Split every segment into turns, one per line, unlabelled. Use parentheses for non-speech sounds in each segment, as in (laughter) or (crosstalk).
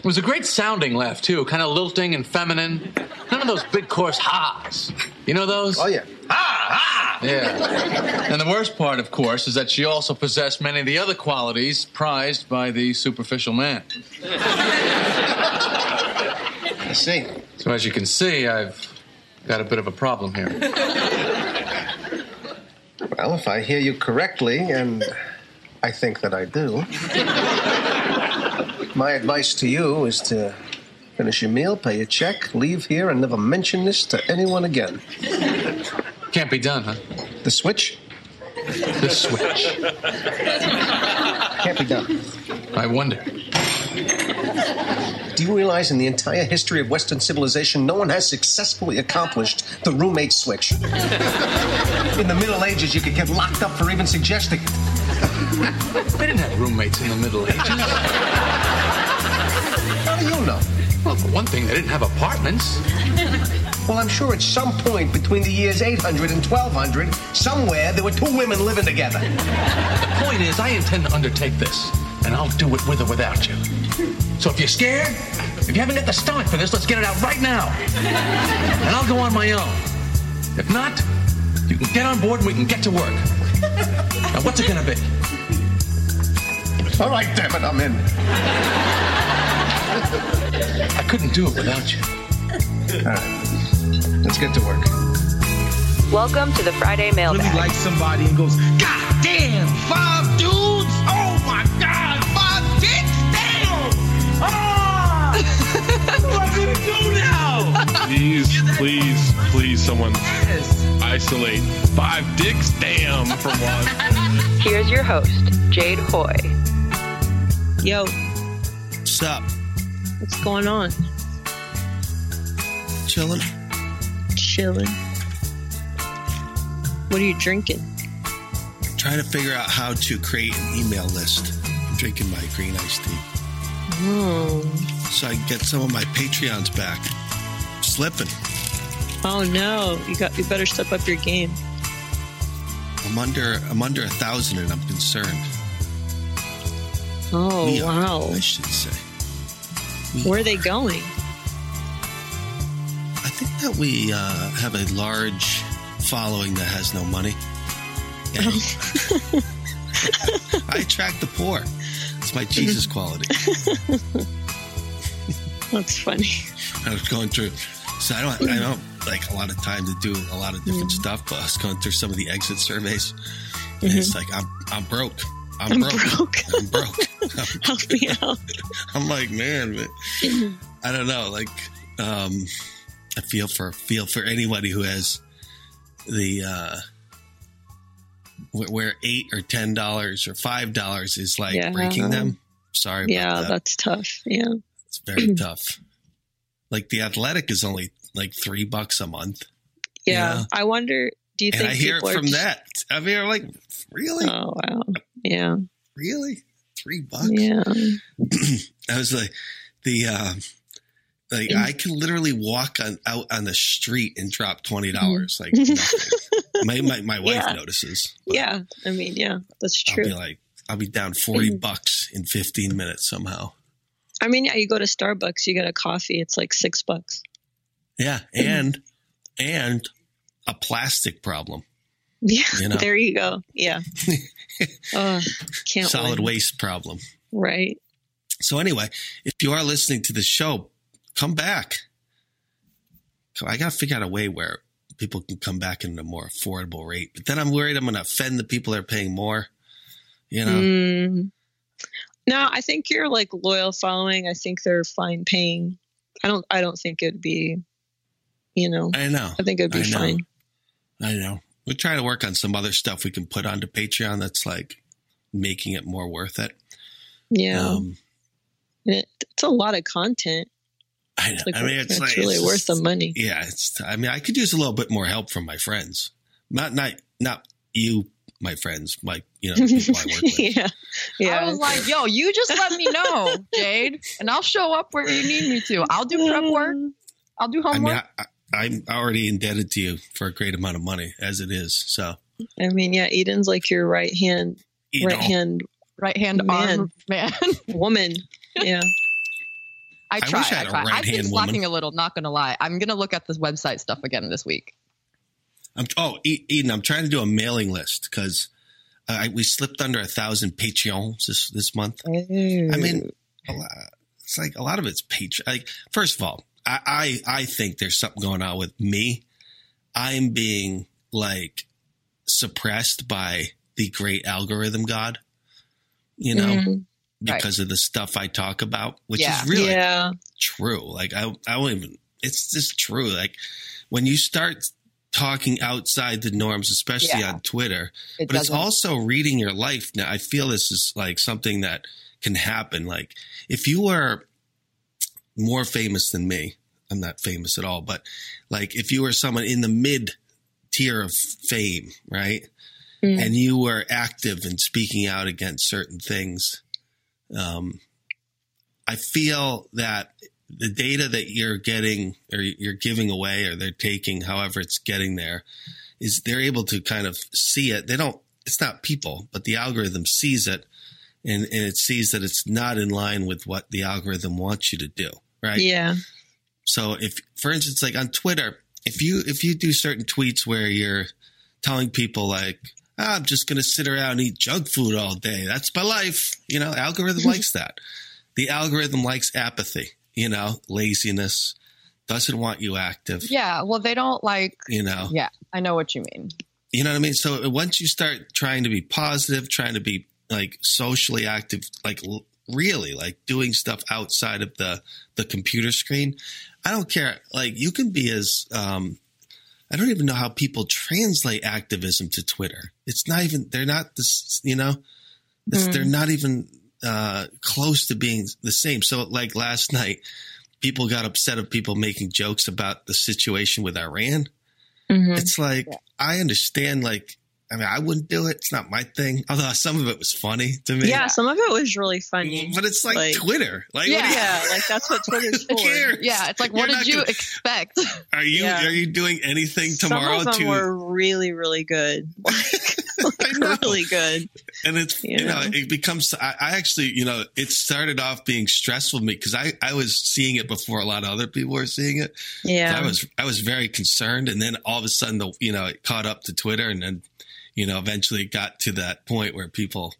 It was a great sounding laugh, too, kind of lilting and feminine. None of those big coarse ha's. You know those?
Oh, yeah.
Ha! Ha! Yeah. And the worst part, of course, is that she also possessed many of the other qualities prized by the superficial man.
I see.
So, as you can see, I've got a bit of a problem here.
Well, if I hear you correctly, and I think that I do, my advice to you is to finish your meal, pay your check, leave here, and never mention this to anyone again.
Can't be done, huh?
The switch
(laughs) The switch.
can't be done.
I wonder.
Do you realize in the entire history of Western civilization, no one has successfully accomplished the roommate switch? In the Middle Ages, you could get locked up for even suggesting.
They didn't have roommates in the Middle Ages.
How do you know?
Well, for one thing, they didn't have apartments.
Well, I'm sure at some point between the years 800 and 1200, somewhere there were two women living together.
Point is, I intend to undertake this, and I'll do it with or without you. So if you're scared, if you haven't got the stomach for this, let's get it out right now. And I'll go on my own. If not, you can get on board and we can get to work. Now, what's it gonna be?
All right, damn it, I'm in.
I couldn't do it without you.
Let's get to work.
Welcome to the Friday
really
Mailbag.
like somebody and goes, God damn, five dudes? Oh my God, five dicks? Damn! Ah! what do I gonna do now?
Please, please, please, someone
Yes.
isolate five dicks,
Um,
damn, from one.
Here's your host, Jade Hoy.
Yo,
Stop.
what's going on?
Chilling.
Chilling. What are you drinking?
Trying to figure out how to create an email list. I'm drinking my green iced tea.
Oh,
So I can get some of my Patreons back. Slipping.
oh no! You got. You better step up your game.
I'm under I'm under a thousand and I'm concerned.
Oh
We are,
wow!
I should say. We
Where are they going?
I think that we uh, have a
(laughs)
large following that has no money. And I attract the poor. It's my Jesus quality.
That's funny.
I was going through. So I don't. I don't like a lot of time to do a lot of different
Mm.
stuff. But I was going through some of the exit surveys, and it's like I'm I'm broke. I'm,
Mm-hmm.
broke.
I'm broke.
I'm broke. I'm,
Help me out.
(laughs) I'm like man, but I don't know. Like um, I feel for feel for anybody who has the uh, where, where eight or ten dollars or five dollars is like
Yeah.
breaking them. Sorry about
Yeah,
that.
that's tough. Yeah.
It's
(clears throat)
very tough. Like the athletic is only like three bucks a month.
Yeah.
Yeah.
I wonder, do you
And
think
I hear it
people are
from
just-
that. I mean, I'm like, really?
Oh, wow. Yeah.
really? Three bucks?
Yeah.
I was like, the, uh, like I can literally walk on out on the street and drop twenty dollars.
(laughs)
Like nothing. my, my my wife
Mm-hmm. Yeah.
notices.
Yeah. I mean, yeah, that's
I'll
true. Mm-hmm.
be like, I'll be down forty bucks in fifteen minutes somehow.
I mean, yeah, you go to Starbucks, you get a coffee, it's like six bucks.
Yeah,
Mm-hmm.
and and a plastic problem,
Yeah.
You know?
(laughs) There (laughs) you go.
(laughs)
Yeah. oh, can't
solid
win.
waste problem.
Right.
So anyway, if you are listening to the show, come back. I got to figure out a way where people can come back at a more affordable rate. But then I'm worried I'm going to offend the people that are paying more. You know,
Mm. No, I think your like loyal following, I think they're fine paying. I don't I don't think it'd be you know,
I know,
I think it'd
I
be
know.
fine.
I know. We're trying to work on some other stuff we can put onto Patreon that's like making it more worth it.
Yeah.
Um,
And it, it's a lot of content.
I know.
Like,
I mean, it's
it's
like
really
it's
worth
just-
the money.
Yeah, it's. I mean, I could use a little bit more help from my friends. Not not not you, my friends. My you know the
(laughs)
people I work with.
yeah. Yeah.
I was like, yo, you just let me
(laughs)
know, Jade, and I'll show up where you need me to. I'll do prep work. I'll do
I
homework.
mean, I, I, I'm already indebted to you for a great amount of money as it is. So
I mean, yeah, Eden's like your right hand
you
right
know,
hand
right hand
Man.
arm man.
(laughs) woman. Yeah.
I try. I,
wish I had a
try. I've
right-hand
been
woman.
slacking a little, not gonna lie. I'm gonna look at this website stuff again this week.
I'm, oh, E- Eden, I'm trying to do a mailing list because uh, we slipped under a thousand Patreons this this month. I mean, a lot, it's like a lot of it's Patreon. Like, first of all, I, I I think there's something going on with me. I'm being like suppressed by the great algorithm god, you know,
Mhm.
Mm-hmm. Right.
because of the stuff I talk about, which
Yeah.
is really
Yeah.
true. Like I, I won't even. It's just true. Like when you start talking outside the norms, especially
Yeah.
on Twitter,
It
but it's
doesn't-
also reading your life. Now I feel this is like something that can happen. Like if you were more famous than me, I'm not famous at all, but like if you were someone in the mid tier of fame, right?
Mm.
And you were active and speaking out against certain things. Um, I feel that the data that you're getting or you're giving away or they're taking, however it's getting there, is they're able to kind of see it. They don't, it's not people, but the algorithm sees it and, and it sees that it's not in line with what the algorithm wants you to do. Right.
Yeah.
So if, for instance, like on Twitter, if you if you do certain tweets where you're telling people like, "Ah, I'm just going to sit around and eat junk food all day. That's my life. You know, algorithm likes that. The algorithm likes apathy. You know, laziness doesn't want you active.
Yeah, well they don't like
You know,
yeah, I know what you mean.
you know what I mean. So uh, once you start trying to be positive, trying to be like socially active, like l- really like doing stuff outside of the the computer screen, I don't care. Like you can be as um, I don't even know how people translate activism to Twitter. It's not even they're not this you know it's,
Mm.
they're not even uh, close to being the same. So like last night, people got upset of people making jokes about the situation with Iran.
Mm-hmm.
It's like I understand. Like I mean, I wouldn't do it. It's not my thing. Although some of it was funny to
(laughs)
me.
Yeah. Some of it was really funny.
Mm-hmm. But it's like,
Like-
Twitter. Like, what do you-
Yeah. Like that's what Twitter's
who
for.
cares?
Yeah, it's like
You're
what did
not
you
gonna-
expect?
Are you
Yeah.
are you doing anything (laughs) tomorrow
Some of them
to?
were really, really good.
(laughs)
(laughs)
I know.
really good.
and it's you
Yeah.
know it becomes I, I actually you know it started off being stressful to me because I I was seeing it before a lot of other people were seeing it. So
Yeah.
I was I was very concerned, and then all of a sudden the you know it caught up to Twitter, and then you know, eventually it got to that point where people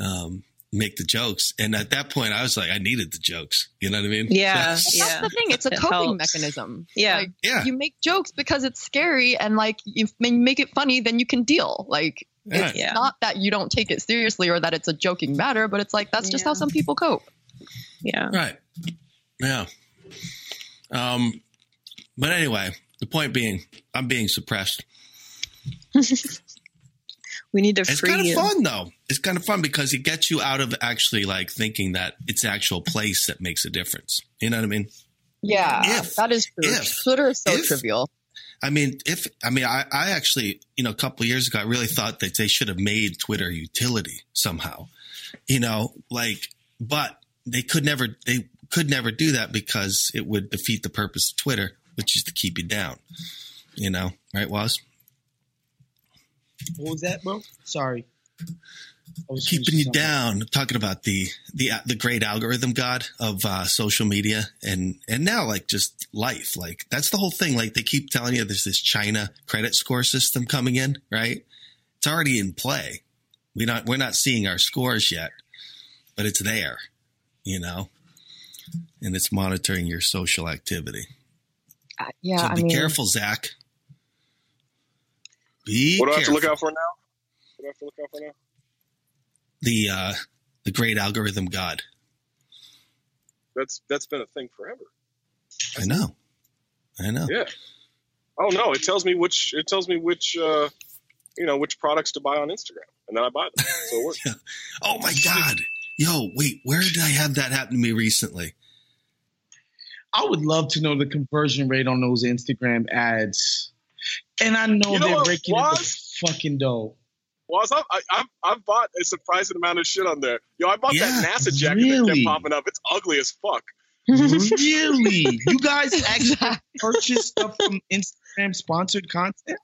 um, make the jokes. And at that point, I was like, I needed the jokes. You know what I mean?
Yeah,
So-
yeah.
That's the thing. It's a
It
coping
helps.
mechanism.
Yeah.
Like,
Yeah.
You make jokes because it's scary, and like you f- you make it funny, then you can deal. Like
Yeah.
it's
Yeah.
not that you don't take it seriously or that it's a joking matter, but it's like that's just how
Yeah.
some people cope.
yeah.
Right. Yeah. Um, but anyway, the point being, I'm being suppressed.
(laughs) We need to
It's
free
kind of
you.
fun though. It's kind of fun because it gets you out of actually like thinking that it's actual place that makes a difference. You know what I mean?
Yeah,
If-
that is true.
if-
Twitter is so
if-
trivial.
I mean, if I mean, I, I actually, you know, a couple of years ago, I really thought that they should have made Twitter a utility somehow, you know, like, but they could never, they could never do that because it would defeat the purpose of Twitter, which is to keep you down, you know, right? Was
What was that, bro? Sorry. I was
keeping
finishing
you
something.
down, talking about the, the, the great algorithm God of uh, social media and, and now like just life, like that's the whole thing. Like they keep telling you there's this China credit score system coming in, right? It's already in play. We not we're not seeing our scores yet, but it's there, you know, and it's monitoring your social activity.
Uh, yeah,
so
I
be
mean,
careful, Zach. Be
What do I have to
careful.
look out for now? What do I have to look out for now?
the uh, the great algorithm God.
That's that's been a thing forever.
I know, I know.
Yeah. Oh no, it tells me which it tells me which uh, you know which products to buy on Instagram, and then I buy them. So
(laughs)
it works.
Oh my god. Yo, wait, where did I have that happen to me recently?
I would love to know the conversion rate on those Instagram ads. And I know
You know
they're
what,
breaking
Waz?
the fucking dough.
Well, I, was- I, I've, I've bought a surprising amount of shit on there. Yo, I bought
Yeah,
that NASA jacket that
really?
kept popping up. It's ugly as fuck. Mm-hmm.
really? You guys
(laughs)
actually purchase stuff from Instagram sponsored content?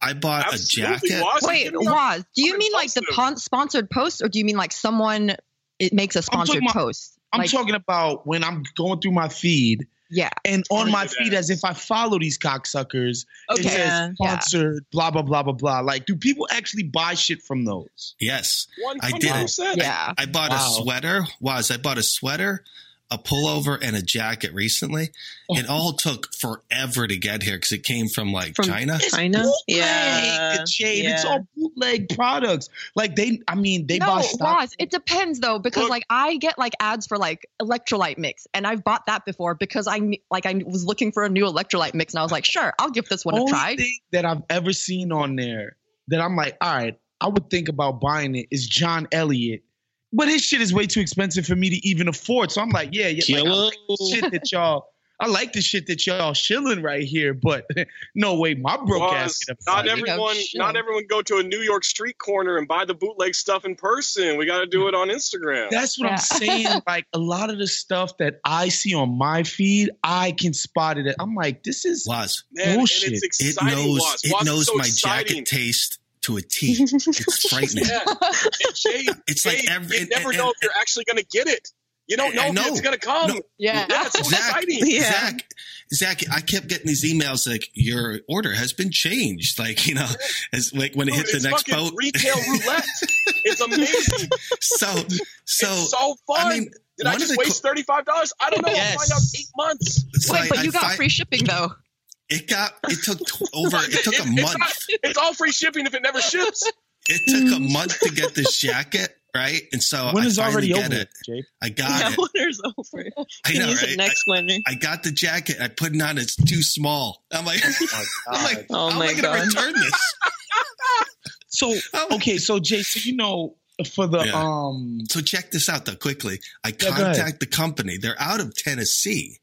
I bought
Absolutely,
a jacket.
Waz,
Wait,
you know what?
Waz, do you
I'm
mean like the
impulsive.
pon- sponsored post, or do you mean like someone it makes a
talking
sponsored
about-
post?
I'm
Like,
talking about when I'm going through my feed
Yeah.
and on my
Look at
feed
that.
as if I follow these cocksuckers. It
Okay.
says
Yeah.
sponsored, blah, blah, blah, blah, blah. Like, do people actually buy shit from those?
Yes. I did.
100%.
Yeah.
I bought
Wow.
a sweater. Was I bought a sweater, a pullover, and a jacket recently. It all took forever to get here because it came from like
Oh. From-
China.
China. Yeah.
Uh,
Bootleg, Jade. It's
Yeah.
all bootleg products. Like they, I mean, they
no,
buy stock.
Roz, it depends though, because
Look-
like I get like ads for like electrolyte mix, and I've bought that before because I kn- like I was looking for a new electrolyte mix, and I was like, sure, I'll give this one a
Only
try.
thing that I've ever seen on there that I'm like, all right, I would think about buying it is John Elliott. But his shit is way too expensive for me to even afford. So I'm like, yeah, yeah. Like, I like the shit that y'all, I like the shit that y'all shilling right here. But (laughs) no way, my broke ass.
Was,
get a
not
fight.
every-
Oh,
everyone,
shit.
not everyone, go to a New York street corner and buy the bootleg stuff in person. We got to do it on Instagram.
That's what
Yeah.
(laughs)
I'm
(laughs)
saying. Like a lot of the stuff that I see on my feed, I can spot it. I'm like, this is
Was
Man,
bullshit.
And it's
it
exciting.
knows
Waz.
it
Waz is
knows
so
my
exciting.
jacket taste to a
(laughs)
T. It's frightening.
Yeah. And Jay,
It's
Jay,
like every-
you never
and-
know
and-
if you're actually going to get it. You don't know,
I know.
if it's going to come.
No.
Yeah.
Yeah, it's so
Zach,
exciting.
Yeah.
Zach, Zach, I kept getting these emails like your order has been changed. Like you know, as like when it
Dude,
hit the
it's
next
fucking
boat.
Retail roulette. it's amazing.
(laughs) so (laughs) so
it's so fun.
I mean,
Did I
one of
just
the
waste thirty five dollars? I don't know. I'll
Yes.
find out in eight months.
it's
Wait,
like
but
I
you got
fi-
free shipping though.
It got. It
(laughs)
took t- over. It took a month.
It's, it's all free shipping if it never ships.
It took a month
(laughs)
to get this jacket right, and so I
winter's
finally
already
get
over.
it.
Jade.
I got
That
it.
winter's over.
I
Can
know,
use
right?
it next winter.
I, I got the jacket. I put it on. It's too small. I'm like, (laughs) I'm like,
Oh
how am I
my
going
God.
to return this?
So
Oh.
okay, so Jay, so you know for the
Yeah.
um
So check this out though quickly. I
go ahead.
contact the company. They're out of Tennessee,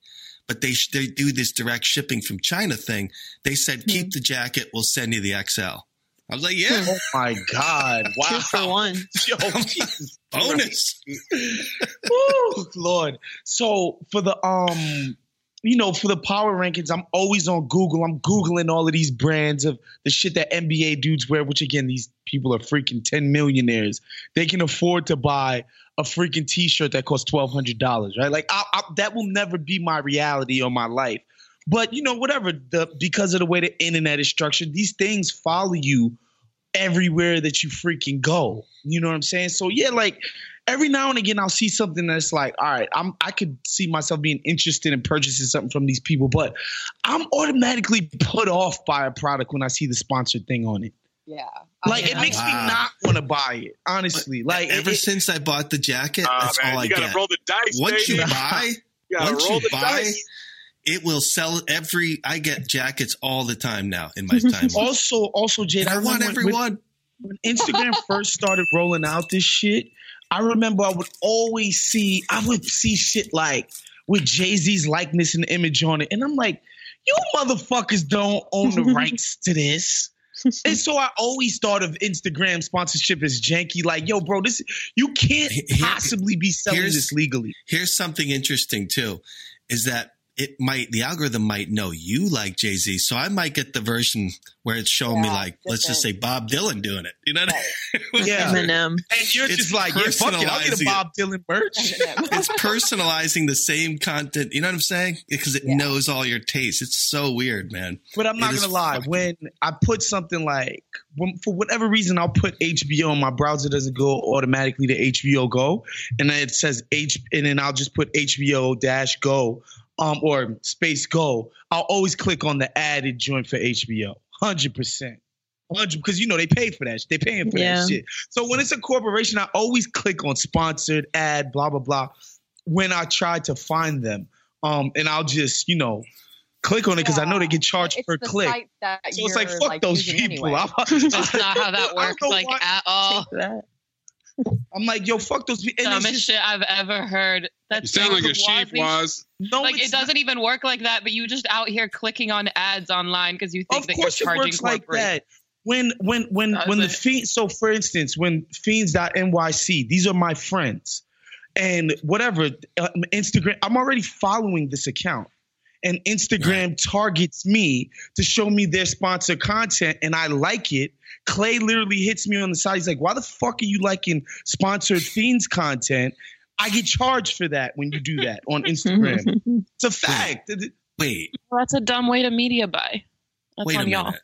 but they they do this direct shipping from China thing. They said
Hmm.
keep the jacket. We'll send you the XL. I was like, yeah,
Oh my
(laughs)
God! Wow,
Two for one.
(laughs) Yo, Jesus.
bonus.
Woo, (laughs) Lord. So for the um, you know, for the power rankings, I'm always on Google. I'm googling all of these brands of the shit that NBA dudes wear. Which again, these people are freaking ten millionaires. They can afford to buy a freaking T-shirt that costs twelve hundred dollars, right? Like I, I, that will never be my reality or my life. But you know, whatever the because of the way the internet is structured, these things follow you everywhere that you freaking go. You know what I'm saying? So yeah, like every now and again I'll see something that's like, all right, I'm I could see myself being interested in purchasing something from these people, but I'm automatically put off by a product when I see the sponsored thing on it.
Yeah.
Oh,
Like it makes me not want to buy it. Honestly, like
ever
it-
since I bought the jacket,
Aw,
that's
man,
all I
you gotta
get.
roll the dice,
Once you
baby.
buy,
(laughs) You gotta
once
roll
you
the
buy,
dice.
it will sell every. I get jackets all the time now in
(laughs)
my time.
also, also, Jade,
I want
remember when-
everyone.
When, when Instagram (laughs) first started rolling out this shit, I remember I would always see, I would see shit like with Jay Z's likeness and image on it, and I'm like, you motherfuckers don't own the rights to this. And so I always thought of Instagram sponsorship as janky. Like, yo, bro, this you can't possibly be selling
here's-
this legally.
Here's something interesting too, is that it might the algorithm might know you like Jay Z, so I might get the version where it's showing me like let's just say Bob Dylan doing it. You know, what I mean?
(laughs) Yeah.
Eminem.
And you're
It's
just like, yeah, fuck it, I'll get
personalizing
a
it.
Bob Dylan merch.
(laughs) it's personalizing the same content. You know what I'm saying? Because it knows all your tastes. It's so weird, man.
But I'm not
It is
gonna lie. When I put something like, when, for whatever reason, I'll put HBO. and My browser doesn't go automatically to HBO Go, and then it says H, and then I'll just put HBO dash Go, um, or space Go. I'll always click on the added joint for HBO. Hundred percent. Hundred because you know they pay for that. They paying for
Yeah.
that shit. So when it's a corporation, I always click on sponsored ad, blah blah blah. When I try to find them, um, and I'll just you know click on it because I know they get charged per
the
click.
site that
so it's
you're,
like fuck
like,
those
using
people. (laughs)
anyway.
I'm-
(laughs) That's not how that
I
works,
don't
like,
want-
at all.
I'm like, yo, fuck those people. And it's
dumbest shit I've ever heard. That
You sound like a sheep, Waz.
No,
like it doesn't even work like that. But you just out here clicking on ads online because you think
Of
that
course, it
you're charging
works like
corporate.
that. When when when when the fiend. So for instance, when fiends.nyc, these are my friends, and whatever uh, Instagram. I'm already following this account, and Instagram targets me to show me their sponsored content, and I like it. Clay literally hits me on the side. He's like, "Why the fuck are you liking
(laughs)
sponsored fiends content?" I get charged for that when you do that
(laughs)
on Instagram. it's a fact.
Wait,
Well, that's a dumb way to media buy. That's
Wait a
on y'all.
minute.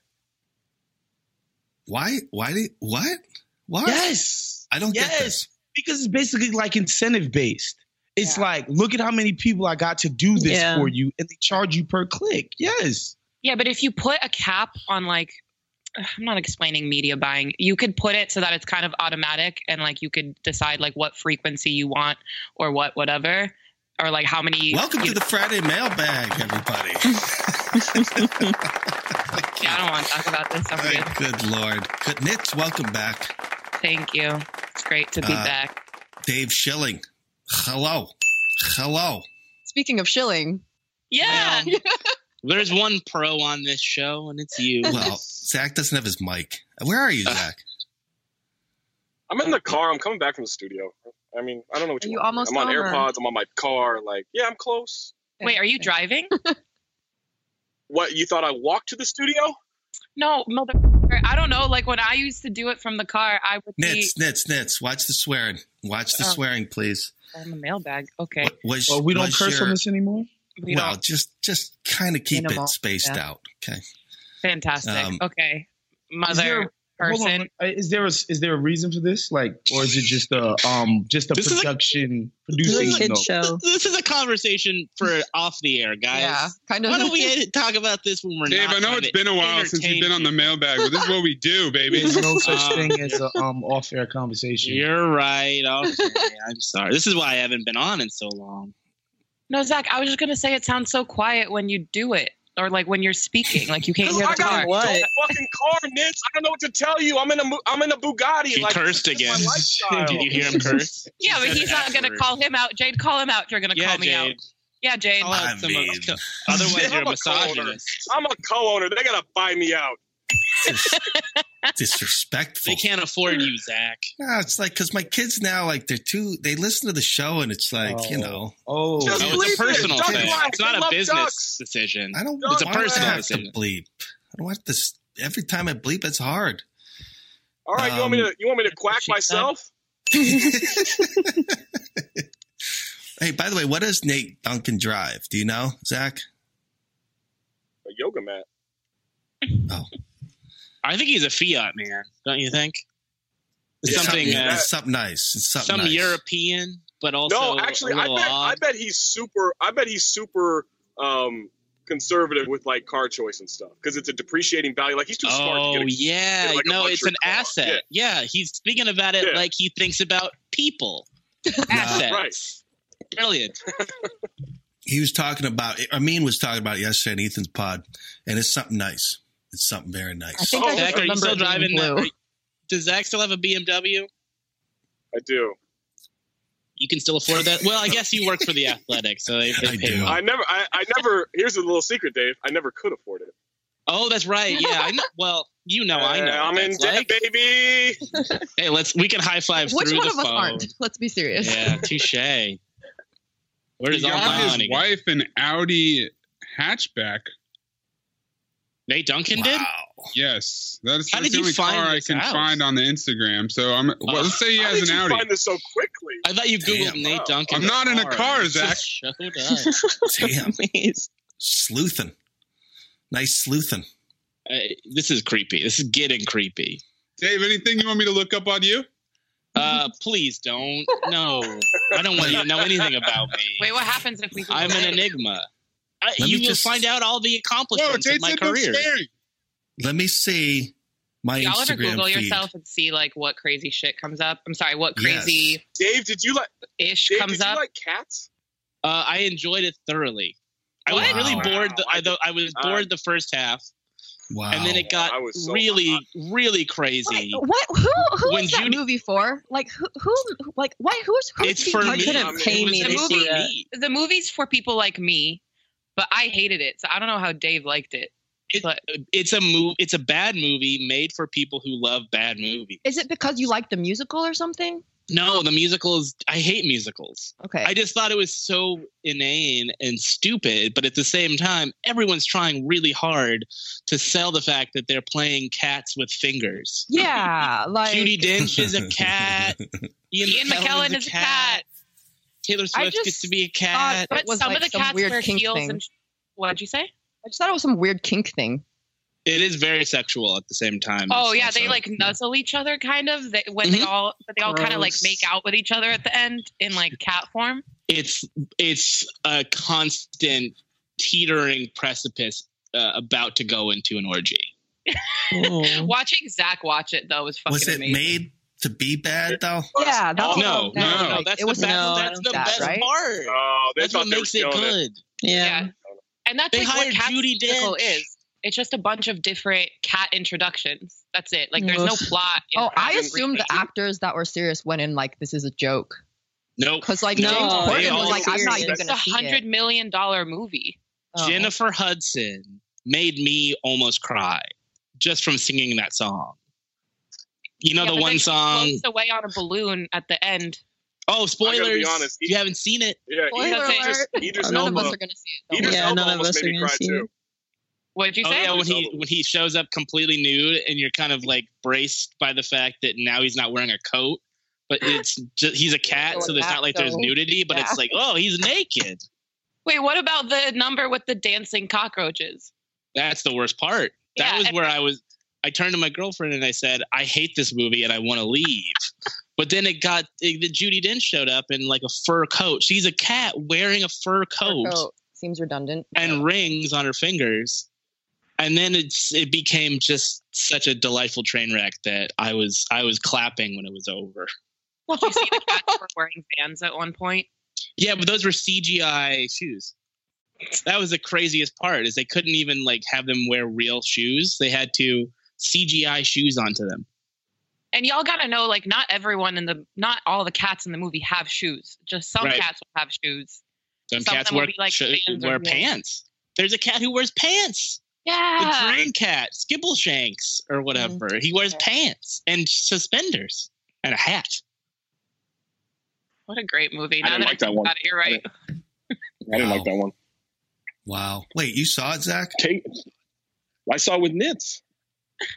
why? Why did what? What?
Yes.
I don't
yes.
get this.
Because it's basically like incentive based. It's like, look at how many people I got to do this
Yeah.
for you, and they charge you per click. Yes.
Yeah, but if you put a cap on like (sighs) I'm not explaining media buying. You could put it so that it's kind of automatic and like you could decide like what frequency you want or what whatever or like how many
Welcome
you
to the Friday mailbag, everybody.
(laughs)
Yeah, I don't want to talk about this. I'm good.
Good lord, good Nitz, welcome back.
Thank you. It's great to be
Uh,
back.
Dave Schilling, hello, hello.
Speaking of shilling,
yeah.
There's one pro on this show, and it's you.
Well, Zach doesn't have his mic. Where
(laughs)
are you, Zach?
I'm in the car. I'm coming back from the studio. I mean, I don't know what
Are
you,
you
want.
almost
I'm on
home, or-
AirPods. I'm on my car. Like, yeah, I'm close.
Wait, are you
(laughs)
driving?
What you thought I walked to the studio?
no, mother. I don't know. Like when I used to do it from the car, I would be
Nitz, Nitz, Nitz. Watch the swearing. Watch the
Oh.
swearing, please.
on the mailbag. Okay.
Was
Oh, we don't
was
curse
your-
on this anymore.
We
well,
don't.
just just kind of keep
Minimal,
it spaced
yeah.
out. Okay.
Fantastic.
Um,
okay.
Is there-
Mother
hold on,
person.
uh, is there a is there a reason for this? Like, or is it just a um just a
This is a-
production
This
producing
is a-
note?
This is a conversation for off the air, guys.
Yeah, kind of.
Why don't we edit- talk about this when we're
Dave,
not?
I know
trying
it's
to
been a while since you've
entertain
been on the
people?
mailbag, but this is what we do, baby.
There's no such
Uh,
Um,
thing as a um off air conversation.
You're right. Okay, I'm sorry. This is why I haven't been on in so long.
No, Zach, I was just gonna say it sounds so quiet when you do it, or like when you're speaking, like you
(laughs)
can't hear
I
the
got
car.
a dope fucking car, Nitz. I don't know what to tell you. I'm in a Mu- I'm in a Bugatti.
He
like,
cursed
this is
again.
my lifestyle.
(laughs) Did you hear him curse?
(laughs) Yeah, but he's not gonna call him out. Jade, call him out. You're gonna
Yeah,
call me out.
Jade.
Yeah, Jade.
Call out some of- (laughs) Otherwise, you're a
I'm a co-owner.
misogynist.
I'm a co-owner. They gotta buy me out.
Disrespectful.
They can't afford you, Zach.
No, it's like because my kids now, like they're too. They listen to the show, and it's like you know.
Oh,
No, it's a personal thing. It's not a business decision.
I don't.
It's a
why do I
personal
have
decision.
to bleep. I don't want this. Every time I bleep,
(laughs)
it's hard.
All right, you want me
Um,
to you want me to quack myself?
Hey, by the way, what is Nate Duncan Drive? Do you know, Zach?
A yoga mat.
I think he's a Fiat man, don't you think?
It's
Something,
something,
uh,
it's something nice. It's something
some
nice.
European, but also
no, actually,
a
I
little
bet,
odd.
I bet he's super. I bet he's super um, conservative with like car choice and stuff because it's a depreciating value. Like he's too smart.
Oh
to get a,
yeah,
get, like, a
no, it's
luxury
an asset. Yeah. he's thinking about it like he thinks about (laughs) people. Assets. Brilliant.
He was talking about. Amin was talking about it yesterday in Ethan's pod, and it's something nice. It's something very nice.
I think oh, Zach, are you still driving? That, are- does Zach still have a BMW?
I do.
You can still afford that. Well, I guess you work for the Athletic, so they, they pay well.
I never. I, I never. Here's a little secret, Dave. I never could afford it.
Oh, that's right. Yeah, I know. Well, you know, I know.
Uh, I'm
what
in
that's
debt,
like.
baby.
Hey, let's. We can high five
Which
through
one
the
of us
phone.
aren't? Let's be serious.
(laughs) Yeah, touche. Where does
he
all my
got his
money go?
wife an Audi hatchback.
Nate Duncan did.
Yes, that's,
How
that's
did
the
you
only
find
car I
this
can
out?
find on the Instagram. So I'm.
Oh.
well, let's say he
How
has
did
an
you
Audi.
Find this so quickly.
I thought you googled
Damn.
Nate Duncan.
I'm not in a car,
It
Zach.
(laughs) just showed up. (laughs)
Damn. Sleuthing. Nice sleuthing.
Uh, this is creepy. This is getting creepy.
Dave, anything you want me to look up on you?
Uh, please don't. No, I don't want you to know anything about me.
Wait, what happens if we? do
I'm an
that?
enigma. I,
Let
you
me
will
just-
find out all the
Oh,
accomplishments of my career.
Let me see my
Y'all ever
Instagram
Google
feed.
yourself and see like what crazy shit comes up? I'm sorry, what crazy
Dave? Did you like
ish
Dave,
comes
did you
up?
like cats?
Uh, I enjoyed it thoroughly. I was
What?
really
Wow.
bored. The, I, though I was bored the first half,
Wow.
and then it got
I was so-
really, really crazy.
(laughs) What? Who? Who
When
was that
Judy-
movie for? Like who? Who? Like why? Who's who?
It's for me. I mean, it was
the
for
movie.
me.
The movie's for people like me, but I hated it, so I don't know how Dave liked it. But
It's a move. It's a bad movie made for people who love bad movies.
Is it because you like the musical or something?
No, the musical is. I hate musicals.
Okay.
I just thought it was so inane and stupid, but at the same time, everyone's trying really hard to sell the fact that they're playing cats with fingers. (laughs)
Yeah, like
Judy Dench is a cat. Ian,
Ian McKellen is a cat.
Taylor
I
Swift gets
just
to be a
God,
cat.
but some of the cats wear heels. And, what'd you say?
I just thought it was some weird kink thing.
it is very sexual at the same time.
Oh
It's
yeah, they
also-
like nuzzle each other kind of they, when
Mm-hmm.
they all but they all kind of like
Gross.
make out with each other at the end in like cat form.
it's it's a constant teetering precipice uh, about to go into an orgy.
(laughs) Watching Zach watch it though was fucking
Oh. Was it
amazing.
made to be bad though?
Yeah, that's
no,
what
no,
I'm
no,
saying. Like,
that's
it
the
was
best. that's the
that,
best
right?
part.
uh,
Oh, they
that's
thought
what
they
makes
were
it
killing
good.
Yeah. And that's
They
like
hired
what Cat's
Judi
musical
Dench.
is. It's just a bunch of different cat introductions. That's it. Like there's
Ugh.
no plot. in
Oh, I
Robin
assumed the
Reed.
actors that were serious went in like this is a joke.
No,
Because like
No,
James
they
Corden
all
was like, I'm not even
It's
gonna
a
see
hundred
it.
million dollar movie.
Jennifer Hudson made me almost cry just from singing that song. You know
Yeah, but
the
then
one
she
song.
floats away on a balloon at the end.
Oh, spoilers!
be honest,
you haven't seen it.
Yeah,
Spoiler
Idris,
alert.
Idris
None of
Elba.
us are gonna see it, though.
Idris
Yeah,
Elba
none of
almost
us are
made me
gonna
cry
see
too.
it. What'd you
Oh
say?
yeah, when he when he shows up completely nude and you're kind of like braced by the fact that now he's not wearing a coat, but (laughs) it's just, he's a cat, so there's not like there's nudity, but it's
Yeah.
like oh he's naked.
Wait, what about the number with the dancing cockroaches?
That's the worst part. That
Yeah,
was
and-
where I was. I turned to my girlfriend and I said I hate this movie and I want to leave. but then it got the Judy Dench showed up in like a fur coat. She's a cat wearing a fur coat,
So, seems redundant.
and rings on her fingers. And then it's it became just such a delightful train wreck that I was I was clapping when it was over.
Did you see the cats were wearing Vans at one point?
Yeah, but those were CGI shoes. That was the craziest part is they couldn't even like have them wear real shoes. They had to CGI shoes onto them.
And y'all gotta know, like, not everyone in the, not all the cats in the movie have shoes. Just some
Right.
cats will have shoes.
Some,
Some of
cats
them would
wear
be, like,
sho-
fans or
wear
heels.
pants. There's a cat who wears pants.
Yeah.
The drain cat, Skibbleshanks or
Mm-hmm.
whatever. He wears pants and suspenders and a hat.
What a great movie.
I
Now
didn't
that
like
I
that
think
one.
about it, you're right.
I didn't like that one.
Wow. Wait, you saw it, Zach?
I saw it with Nits.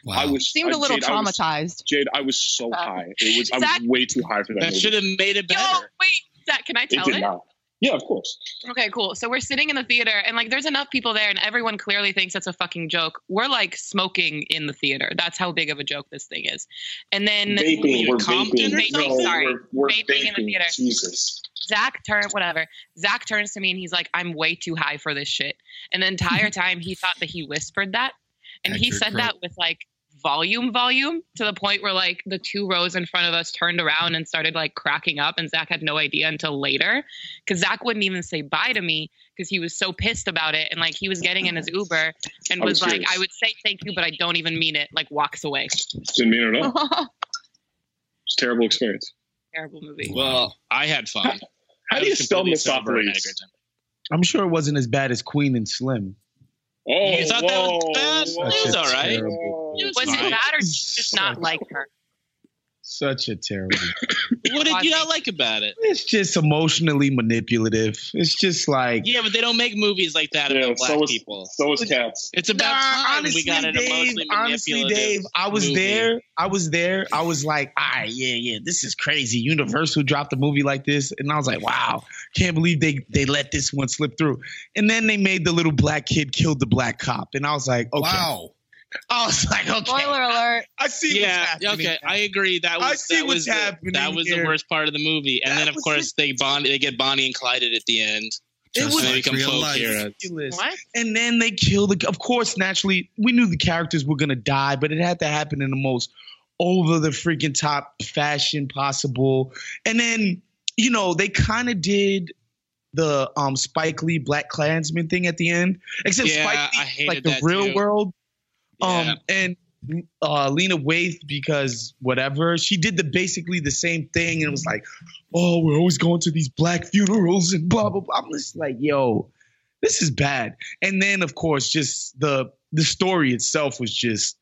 Wow.
I was
Seemed
I-
a little
Jade, I was-
traumatized. Uh,
Jade, I was so high. It was I
Zach-
was way too high for that.
That
movie.
should have made it better.
Wait, Zach, can I
It
tell
did
it?
not. Yeah, of course.
Okay, cool. So we're sitting in the theater, and like, there's enough people there, and everyone clearly thinks it's a fucking joke. We're like smoking in the theater. That's how big of a joke this thing is. And then
Vaping, we're
Compton
vaping.
or something?
No,
sorry,
we're, we're
vaping, in the theater.
Jesus.
Zach turn whatever. Zach turns to me and he's like, "I'm way too high for this shit." And the entire time he thought that he whispered that, and he
Accurate
said
quote.
that with like volume, volume to the point where like the two rows in front of us turned around and started like cracking up, and Zach had no idea until later because Zach wouldn't even say bye to me because he was so pissed about it, and like he was getting in his Uber and
I
was
was
like,
serious.
"I would say thank you, but I don't even mean it." Like walks away.
Didn't mean it at all.
Uh-huh.
It's a terrible experience.
(laughs) Terrible movie.
Well, I had fun.
How do you spell Misopolis?
I'm sure it wasn't as bad as Queen and Slim.
Oh,
you thought that was bad? It was all right.
Was it bad or just not like her?
Such a terrible.
What did you not like about it?
it's just emotionally manipulative. It's just like
Yeah, but they don't make movies like that about black people.
So is cats.
It's about
Nah,
time
honestly,
we got an
Dave,
emotionally
honestly, Dave,
manipulative
I was
movie.
there. I was there. I was like, ah, yeah, yeah, this is crazy. Universal dropped a movie like this, and I was like, wow, can't believe they they let this one slip through. And then they made the little black kid killed the black cop, and I was like, okay. wow. I was like, okay.
Spoiler alert.
I see
yeah,
what's happening.
okay, I agree. That was
I see
that
what's
was the,
happening
That was
here.
the worst part of the movie, and then of course they bond. They get Bonnie and Clyde at the end.
It was
and they become folk heroes.
ridiculous. And then they kill the. Of course, naturally, we knew the characters were gonna die, but it had to happen in the most over the freaking top fashion possible. And then you know they kind of did the um Spike Lee Black Klansman thing at the end, except
Yeah,
Spike
I
Lee
hated
like the
that
real
too.
world. Um and. Uh, Lena Waithe because whatever she did the basically the same thing and it was like, oh, we're always going to these black funerals and blah blah. blah. I'm just like, yo, this is bad. And then of course, just the the story itself was just,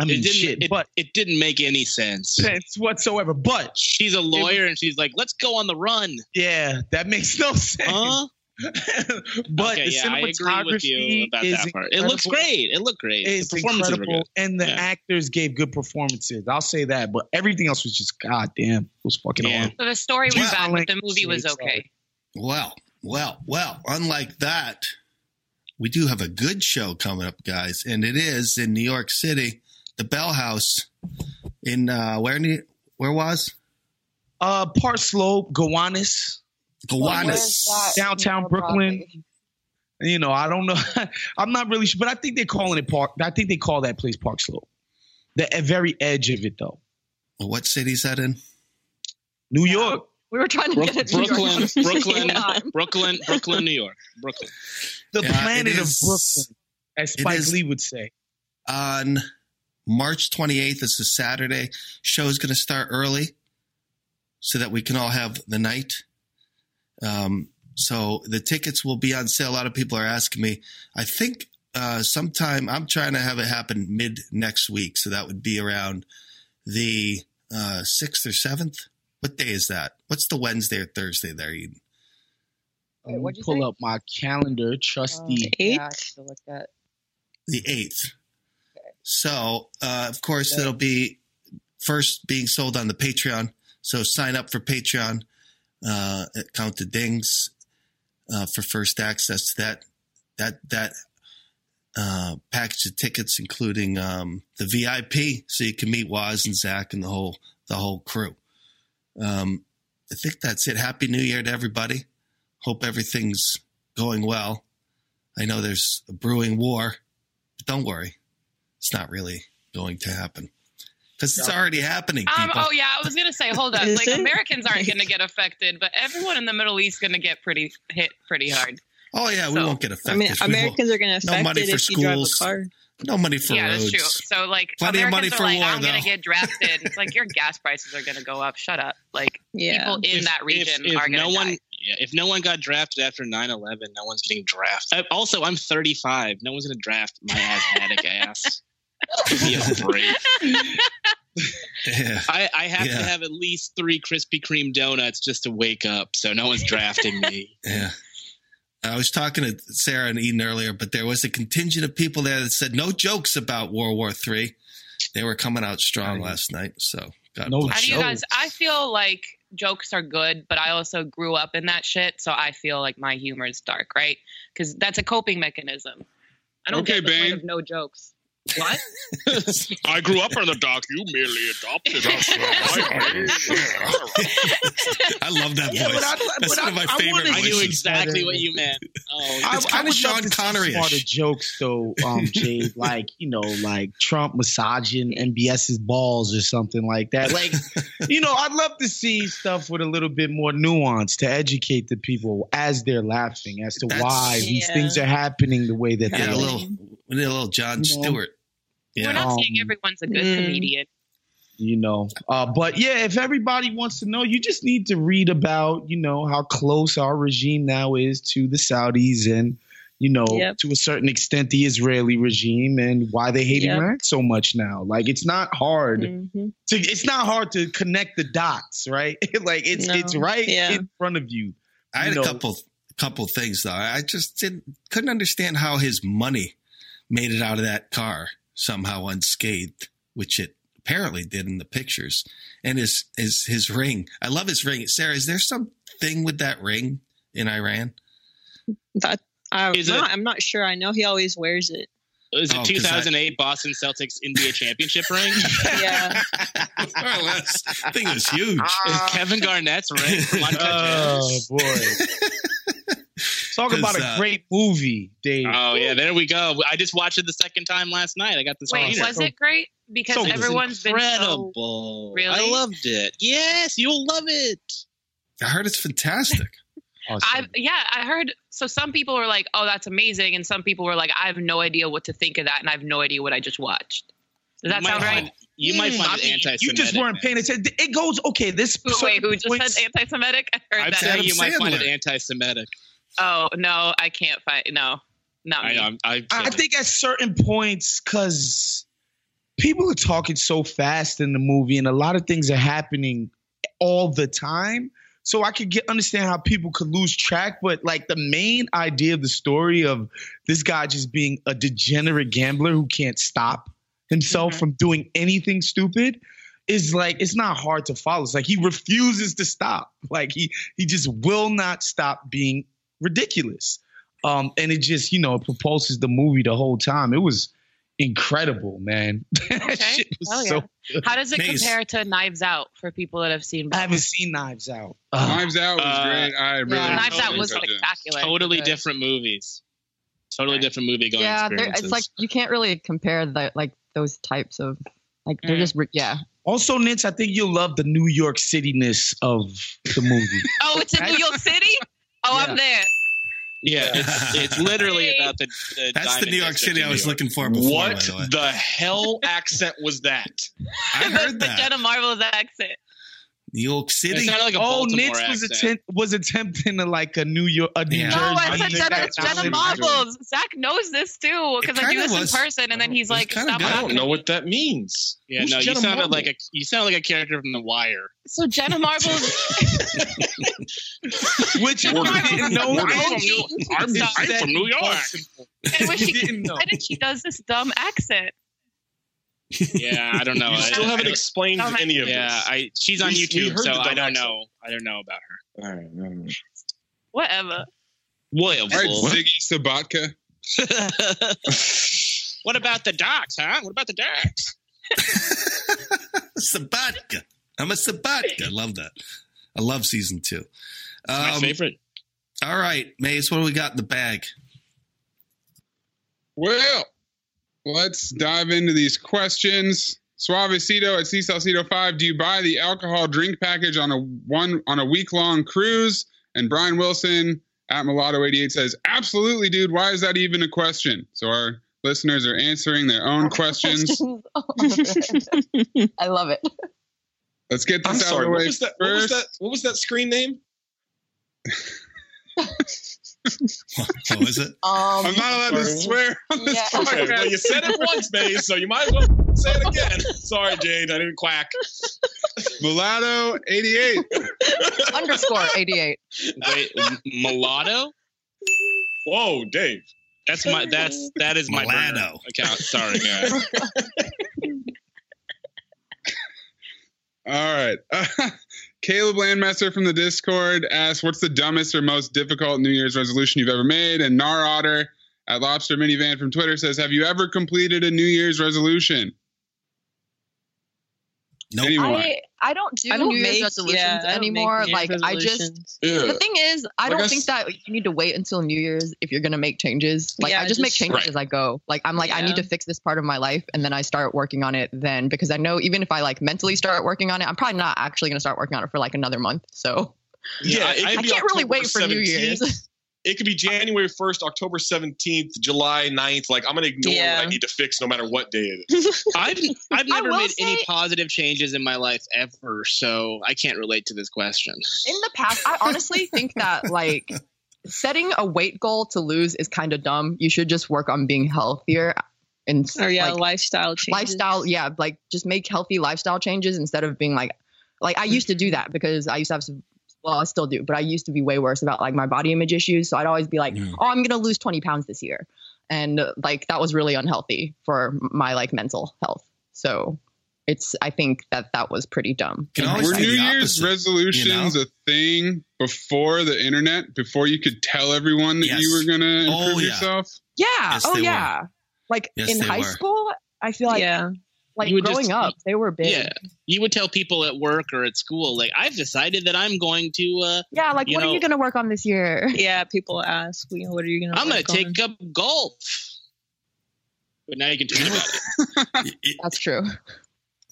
I mean,
it didn't,
shit, (laughs)
it,
but
it didn't make any sense.
sense whatsoever. But
She's a lawyer, and she's like, "Let's go on the run."
Yeah, that makes no sense.
Huh?
but
Okay,
the
yeah, I
cinematography
agree with you about
is
that part. It looks
incredible.
great. It looked great.
It's
the performances were
incredible,
good.
and the actors gave good performances. I'll say that, but everything else was just goddamn. It was fucking
Yeah.
horrible.
So the story was
Yeah,
bad,
like,
but the movie was okay.
Well, well, well, unlike that, we do have a good show coming up, guys, and it is in New York City, the Bell House in uh where ne- where was?
Uh Park Slope, Gowanus.
Gowanus.
Downtown Brooklyn. You know, I don't know. (laughs) I'm not really sure, but I think they're calling it Park. I think they call that place Park Slope. The e, very edge of it, though.
What city is that in?
New York.
We were trying to
Brook-
get it. to New York
Brooklyn,
at (laughs) the
Brooklyn,
same time.
Brooklyn, Brooklyn, New York, Brooklyn.
The
Yeah,
planet
it
of
is-
Brooklyn, as
it
Spike
is-
Lee would say.
on March 28th. It's a Saturday. Show is going to start early so that we can all have the night. Um, so the tickets will be on sale. A lot of people are asking me. I think uh, sometime I'm trying to have it happen mid next week. So that would be around the uh, 6th or 7th. What day is that? What's the Wednesday or Thursday there, Eden?
Let me pull up my calendar, trusty.
Um, Yeah,
the 8th. So, uh, of course, it'll be first being sold on the Patreon. So sign up for Patreon uh, at Count the Dings uh, for first access to that that that uh, package of tickets, including um, the VIP, so you can meet Waz and Zach and the whole the whole crew. Um, I think that's it. Happy New Year to everybody. Hope everything's going well. I know there's a brewing war, but don't worry, it's not really going to happen because it's already happening.
Um,
People.
oh yeah, I was gonna say, hold up,
Is
like
it?
Americans aren't gonna get affected, but everyone in the Middle East gonna get pretty hit pretty hard.
Oh yeah, we won't get affected.
I mean,
We
Americans
won't.
are going to
no
affect
money
it
for
if you drive a
schools.
car.
No money for
yeah, that's
roads.
true. So like,
Plenty of money
Americans
for
are like,
war,
I'm gonna
though.
get drafted. It's like your gas prices are gonna go up. Shut up. Like
Yeah.
people in
If-
that region
if, if
are gonna
no
die.
one, yeah, if no one got drafted after 9-11, no one's getting drafted. I- also, I'm 35. No one's going to draft my
(laughs)
asthmatic ass. Give me a break.
Yeah.
I, I have
Yeah.
to have at least three Krispy Kreme donuts just to wake up, so no one's drafting me.
Yeah. I was talking to Sarah and Eden earlier, but there was a contingent of people there that said no jokes about World War Three. They were coming out strong last night, so God
No
bless.
How do you guys? I feel like jokes are good, but I also grew up in that shit, so I feel like my humor is dark, right? Because that's a coping mechanism. I don't
Okay,
get the point
Bane.
of no jokes.
(laughs)
What?
I grew up on the dock. You merely adopted us. (laughs)
I love that
Yeah,
voice.
but I-
That's
but
one of
I-
my
I
favorite
wanna-
voices.
I knew exactly
what you meant. Oh,
I-
It's
I
kind of
would love
Sean
(laughs)
to see Smarter
Connery-ish.
jokes though, um, Jade, (laughs) like you know, like Trump massaging NBS's balls or something like that. Like, you know, I'd love to see stuff with a little bit more nuance to educate the people as they're laughing as to
That's-
why these
Yeah.
things are happening the way that
Yeah,
they're.
a little, we need a little John Stewart.
We're not saying everyone's a good
mm.
comedian.
you know. Uh, but yeah, if everybody wants to know, you just need to read about, you know, how close our regime now is to the Saudis and, you know,
Yep.
to a certain extent, the Israeli regime and why they hate
Yep.
Iran so much now. Like, it's not hard.
Mm-hmm.
Mhm.
To, it's not hard to connect the dots, right? (laughs) like it's
No.
it's right
Yeah.
in front of you.
I
You
had
know.
a couple couple things though. I just didn't couldn't understand how his money made it out of that car somehow unscathed, which it apparently did in the pictures. And his his his ring. I love his ring. Sarah, is there some thing with that ring in Iran?
That I'm
Is
not,
it-
I'm not sure. I know he always wears it.
Is it
Oh, 'cause I-
2008 Boston Celtics
(laughs)
NBA championship ring?
Yeah.
I think it was huge.
Is Kevin Garnett's ring? from Montage
Oh boy. Talk about a
Because, uh,
great movie, Dave.
Oh yeah, there we go. I just watched it the second time last night. I got this.
Wait, was it great? Because
everyone's
everyone's been so
incredible.
Really?
I loved it. Yes, you'll love it.
I heard it's fantastic.
I yeah, I heard so some people were like, "Oh, that's amazing," and some people were like, "I have no idea what to think of that, and I have no idea what I just watched." Does that
You might
sound right?
find- you might find it
Bobby,
Hmm. Mm. You just weren't paying attention. It goes okay. This
Who- Wait, who just
points-
said anti-Semitic? I heard
I'm
that.
saying you might find it anti-Semitic.
oh no, I can't find. No, not
I,
me.
I'm, I,
I think at certain points, because people are talking so fast in the movie, and a lot of things are happening all the time. So I could get understand how people could lose track, but like the main idea of the story of this guy just being a degenerate gambler who can't stop himself from doing anything stupid is like it's not hard to follow. It's like he refuses to stop. Like he he just will not stop being ridiculous. Um, and it just you know it propulses the movie the whole time. It was incredible, man. (laughs) that shit was
Hell yeah.
so. good.
How does it
Mace.
compare to Knives Out for people that have seen?
I haven't seen Knives Out.
Oh.
Knives Out was great. I really
yeah, Knives
enjoyed
Out was
it.
spectacular.
Uh, Totally
Good.
different movies. Totally different movie going
yeah, they're-
experiences.
it's like you can't really compare that like those types of like they're just re- yeah. (laughs)
Also, Nitz, I think you'll love the New York City ness of the movie.
Oh, it's in New
(laughs)
York City. Oh, I'm there.
(laughs)
yeah, it's, it's literally about the. the
That's the
diamond
New York
district
City
in
I
New
was
York.
looking for before,
What
by the way.
hell accent was that?
I heard
The (laughs)
that.
Jenna Marbles accent.
(laughs) New York City.
oh, Nitz was, attempt, was attempting to like a New York, a New
Yeah.
Jersey.
No, Oh, I said Jenna, Jenna
accent.
Marbles. Zach knows this too because I do
kinda
this
was-
in person, and then he's like, "Stop
good. I don't
laughing."
know what that means. Yeah,
Who's
no,
Jenna
you sounded
Marbles?
like a you sound like a character from The Wire.
So Jenna Marbles.
(laughs)
Which
Jenna Marbles-
No,
Jenna
I'm from
Marbles-
New- I'm-
Stop.
I'm from New York.
And
(laughs)
when she, why did she does this dumb accent?
Yeah, I don't know.
You still
I-
haven't
I-
explained
I-
any of
yeah,
this.
I, she's on
We- we
YouTube,
heard
so
the dumb
I don't
accent.
know. I don't know about her. All right,
Whatever.
What?
All right, Ziggy Sabatka.
(laughs) What about the docs, huh? What about the docs?
Sabatka. I'm a Sabatka. I love that. I love season two. Um,
my favorite.
All right, Mace, what do we got in the bag?
Well, let's dive into these questions. Suavecito at Seasalcito Five. Do you buy the alcohol drink package on a one on a week long cruise? And Brian Wilson at Mulatto eighty eight says, "Absolutely, dude. Why is that even a question?" So our listeners are answering their own questions.
(laughs)
I love it.
Let's get this
I'm
out
sorry.
of the
What
way
was, that, what was
first.
that? What was that screen name?
What was it?
Um,
I'm not allowed to swear on this
yeah.
podcast.
Okay.
Well, you said it once, May, so you might as well say it again. (laughs) Sorry, Jade, I didn't quack.
Mulatto eighty eight.
Underscore eighty eight.
Wait, m- mulatto?
Whoa, Dave.
That's my that's that is my burner
Mulatto.
account. Sorry, guys.
All right. (laughs) Caleb Landmesser from the Discord asks, "What's the dumbest or most difficult New Year's resolution you've ever made?" And Nar Otter at Lobster Minivan from Twitter says, "Have you ever completed a New Year's resolution?"
No,
I, I don't do
I don't
New Year's
make-
resolutions
yeah, I don't make
anymore.
New
Like
Year's
I just
resolutions.
Yeah.
the thing is, I
Like
don't
I s-
think that you need to wait until New Year's if you're gonna make changes. Like
Yeah,
I just make
just-
changes
Right.
as I go. Like I'm like I
Yeah.
need to fix this part of my life, and then I start working on it then because I know even if I like mentally start working on it, I'm probably not actually gonna start working on it for like another month. So
Yeah, it
I
could be
can't really
October
wait for New
17th.
(laughs)
Year's.
It could be January 1st, October 17th, July 9th. Like, I'm going to ignore
Yeah.
what I need to fix no matter what day it
(laughs)
is.
I've I've
I
never
will
made any
say-
positive changes in my life ever, so I can't relate to this question.
in the past, I
(laughs)
honestly think that like setting a weight goal to lose is kind of dumb. You should just work on being healthier and
Or yeah,
like,
lifestyle changes.
lifestyle yeah like just make healthy lifestyle changes instead of being like like i used to do that because i used to have some well i still do but i used to be way worse about like my body image issues so i'd always be like oh i'm gonna lose 20 pounds this year and uh, like that was really unhealthy for my like mental health so it's i think that that was pretty dumb
Can always
Were
do
New
the
Year's
opposite,
resolutions a thing before the internet? Before you could tell everyone that
Yes.
you were gonna improve
Oh, yeah.
yourself?
yeah
Yes,
oh
they were.
yeah like
Yes,
in
they
high
were.
school i feel like
Yeah.
like
You would
growing
just-
up they were big
Yeah, you would tell people at work or at school, like I've decided that I'm going to. Uh,
Yeah, like
You
what
know-
are you gonna work on this year (laughs)
Yeah, people ask, you know, what are you gonna?
I'm going
work
to take
on?
up golf. But now you can tweet
(laughs)
about it.
that's true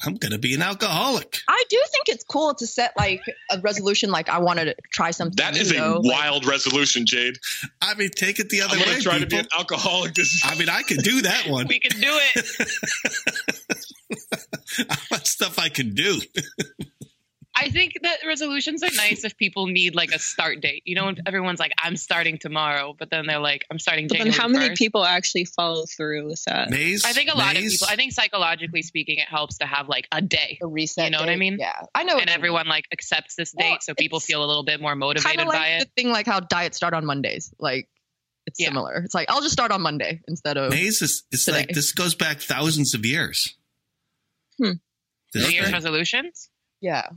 I'm gonna be an alcoholic.
I do think it's cool to set like a resolution, like I want to try something.
That is
new,
a
though. Like,
wild resolution, Jade.
I mean, take it the other
I'm going
way.
to try to be
people.
an alcoholic this
I mean, I can do
(laughs)
that one.
We can do it.
(laughs) How much stuff I can do?
I think that resolutions are nice if people need like a start date. You know, if everyone's like, "I'm starting tomorrow," but then they're like, "I'm starting."
But then,
January
how many
1st."
people actually follow through with that?
Maze.
I think a lot
Maze?
of people. I think psychologically speaking, it helps to have like a day.
a reset.
You know what I
date.
mean?
Yeah, I know.
And everyone like accepts this date, so people feel a little bit more
kind
motivated
of
by
like
it.
the thing like how diets start on Mondays. Like it's
Yeah.
similar. It's like I'll just start on Monday instead of.
Maze is it's
Oh. Today.
like this goes back thousands of years.
Hmm.
This
New Year's
thing.
resolutions,
Yeah,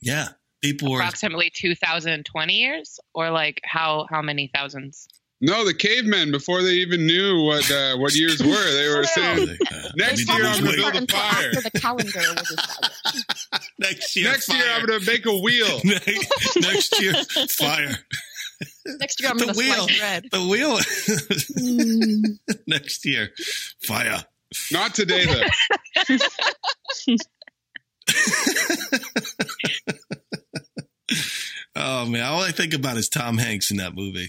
yeah, people were
approximately 2,020 years, or like how how many thousands?
No, the cavemen before they even knew what uh, what years were, they were saying,
uh,
"Next year I'm gonna build a fire.
the calendar was established.
next year.
Next year I'm
fire.
gonna bake a wheel."
(laughs) next, next year, fire.
(laughs)
Next year I'm
The
gonna
wheel.
slice bread.
The wheel. (laughs) next year, fire.
Not today though.
(laughs) Oh man, all I think about is Tom Hanks in that movie.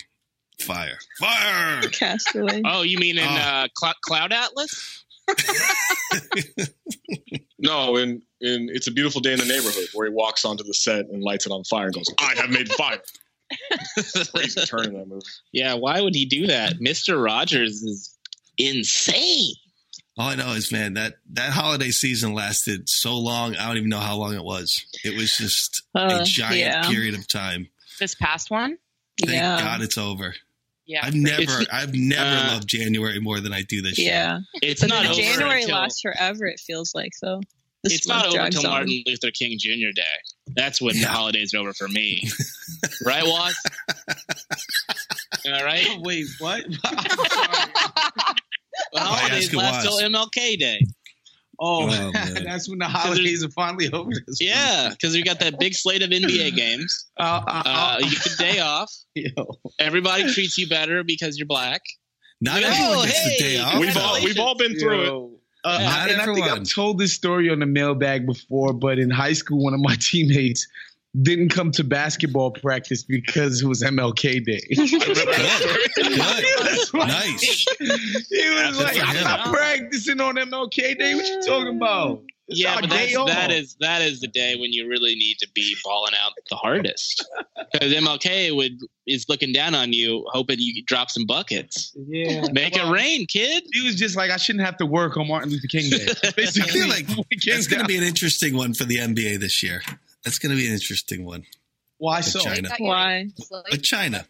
Fire,
(laughs)
fire.
Castaway.
Oh, you mean in
Oh.
Ah.
uh, Clou- Cloud Atlas?
No, in, in It's a Beautiful Day in the Neighborhood, where he walks onto the set and lights it on fire and goes, I have made fire. Crazy turn in that movie.
(laughs) yeah, why would he do that? Mr. Rogers is insane.
All I know is, man, that that holiday season lasted so long. I don't even know how long it was. It was just a
Uh,
giant
yeah.
period of time.
This past one,
Thank
yeah.
God it's over.
yeah.
I've never,
It's-
I've never
uh,
loved January more than I do this year.
Yeah.
It's
But
not
then
over
January
until,
lasts forever. It feels like though. This
It's
month
not over
drags
until
on.
Martin Luther King Jr. Day. That's when the
Yeah.
holidays over
(laughs)
for me. right, Waz?
(laughs)
(laughs)
All right.
Wait, what?
The
Why
holidays
ask it
last till
was?
MLK Day.
oh,
Oh, man.
(laughs) that's when the holidays are finally over.
(laughs)
This week.
Yeah, because we got that big slate
(laughs)
of NBA games.
Uh, uh,
Uh,
uh,
you get the day off.
(laughs) yo.
Everybody treats you better because you're black.
Not
Oh,
everyone gets
hey,
the day off.
We've all,
though.
we've all been through it.
Yo. Uh,
Not
I- and I think
everyone.
I've told this story on the mailbag before, but in high school, one of my (laughs) teammates didn't come to basketball practice because it was MLK
(laughs)
Day. he was (laughs)
Good. nice.
like,
for
"I'm
him.
not practicing on MLK Day. What you talking about?" It's
yeah,
our
but
day
that's,
off.
that is that is the day when you really need to be balling out
(laughs)
the hardest because MLK would is looking down on you, hoping you could drop some buckets.
Yeah,
Make it rain, kid.
He was just like, "I shouldn't have to work on Martin Luther King
(laughs)
Day."
I
(laughs)
feel like
it's
it's going to be an interesting one for the NBA this year. That's going to be an interesting one.
why so.
China.
Why?
Like China.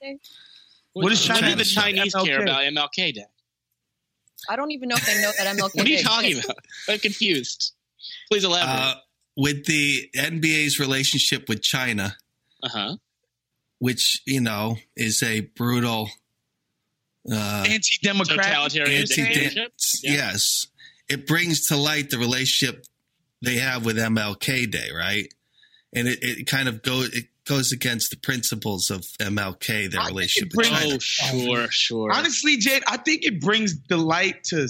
What does
What
China
do the
China-
Chinese
MLK?
care about MLK Day?
(laughs)
(laughs)
I don't even know if they know that MLK.
What are
Day (laughs)
you talking
exists.
about? I'm confused. Please elaborate.
Uh, with the NBA's relationship with China,
uh-huh.
which you know is a brutal, uh,
anti-democratic,
Totalitarian
anti-
dictatorship? Yeah.
Yes, it brings to light the relationship they have with MLK Day, right? And it, it kind of goes it goes against the principles of MLK, their relationship with China.
Oh, sure, sure.
Honestly, Jade, I think it brings the light to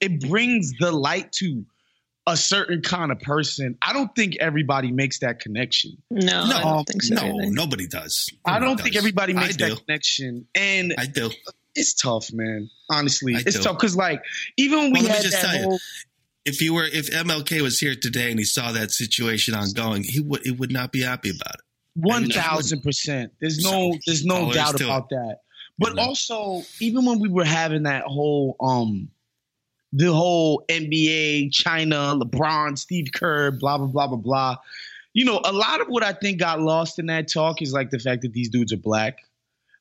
it brings the light to a certain kind of person. I don't think everybody makes that connection.
No, I don't think so.
no,
either.
nobody does.
I
Nobody
don't think
does.
everybody
I
makes
do.
that connection. And
I do.
it's tough, man. Honestly,
I
it's
do.
tough because like even when we
Well, let
had
me just
that
tell
whole,
you, if you were if MLK was here today and he saw that situation ongoing, he would he would not be happy about it.
One thousand percent. There's no there's
all
no
there is
doubt
to
about that. But also, even when we were having that whole um the whole NBA, China, LeBron, Steve Kerr, blah blah blah blah blah. You know, a lot of what I think got lost in that talk is like the fact that these dudes are black.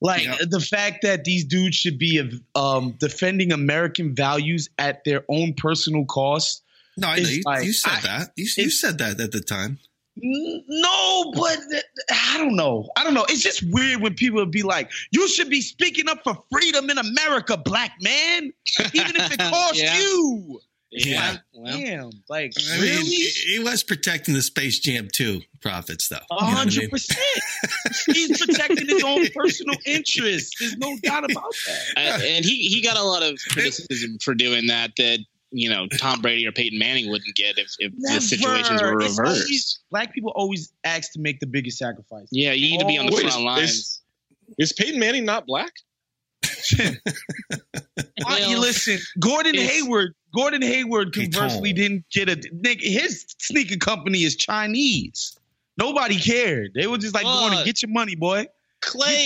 Like the fact that these dudes should be um, defending American values at their own personal cost.
No, I know
is
you,
like-
you said that. You, you said that at the time.
N- No, but th- I don't know. I don't know. It's just weird when people would be like, "You should be speaking up for freedom in America, black man, even if
(laughs)
it costs
Yeah.
you."
Yeah.
Like, damn. Like
I mean,
really,
he he was protecting the Space Jam 2 profits, though. You know
a
what I
hundred
mean?
percent. He's protecting his own personal interests. There's no doubt about that.
Uh, and he, he got a lot of criticism for doing that that you know Tom Brady or Peyton Manning wouldn't get if, if the situations were
Never. It's
reversed.
always- black people always ask to make the biggest sacrifice.
(laughs) yeah, you need to be on the
Always.
front lines.
Is, is Peyton Manning
(laughs)
not black?
Why- you listen, Gordon
it's-
Hayward. Gordon Hayward conversely didn't get a nigga, his sneaker company is Chinese. Nobody cared. They were just like, going
Fuck.
and get your money, boy.
Clay,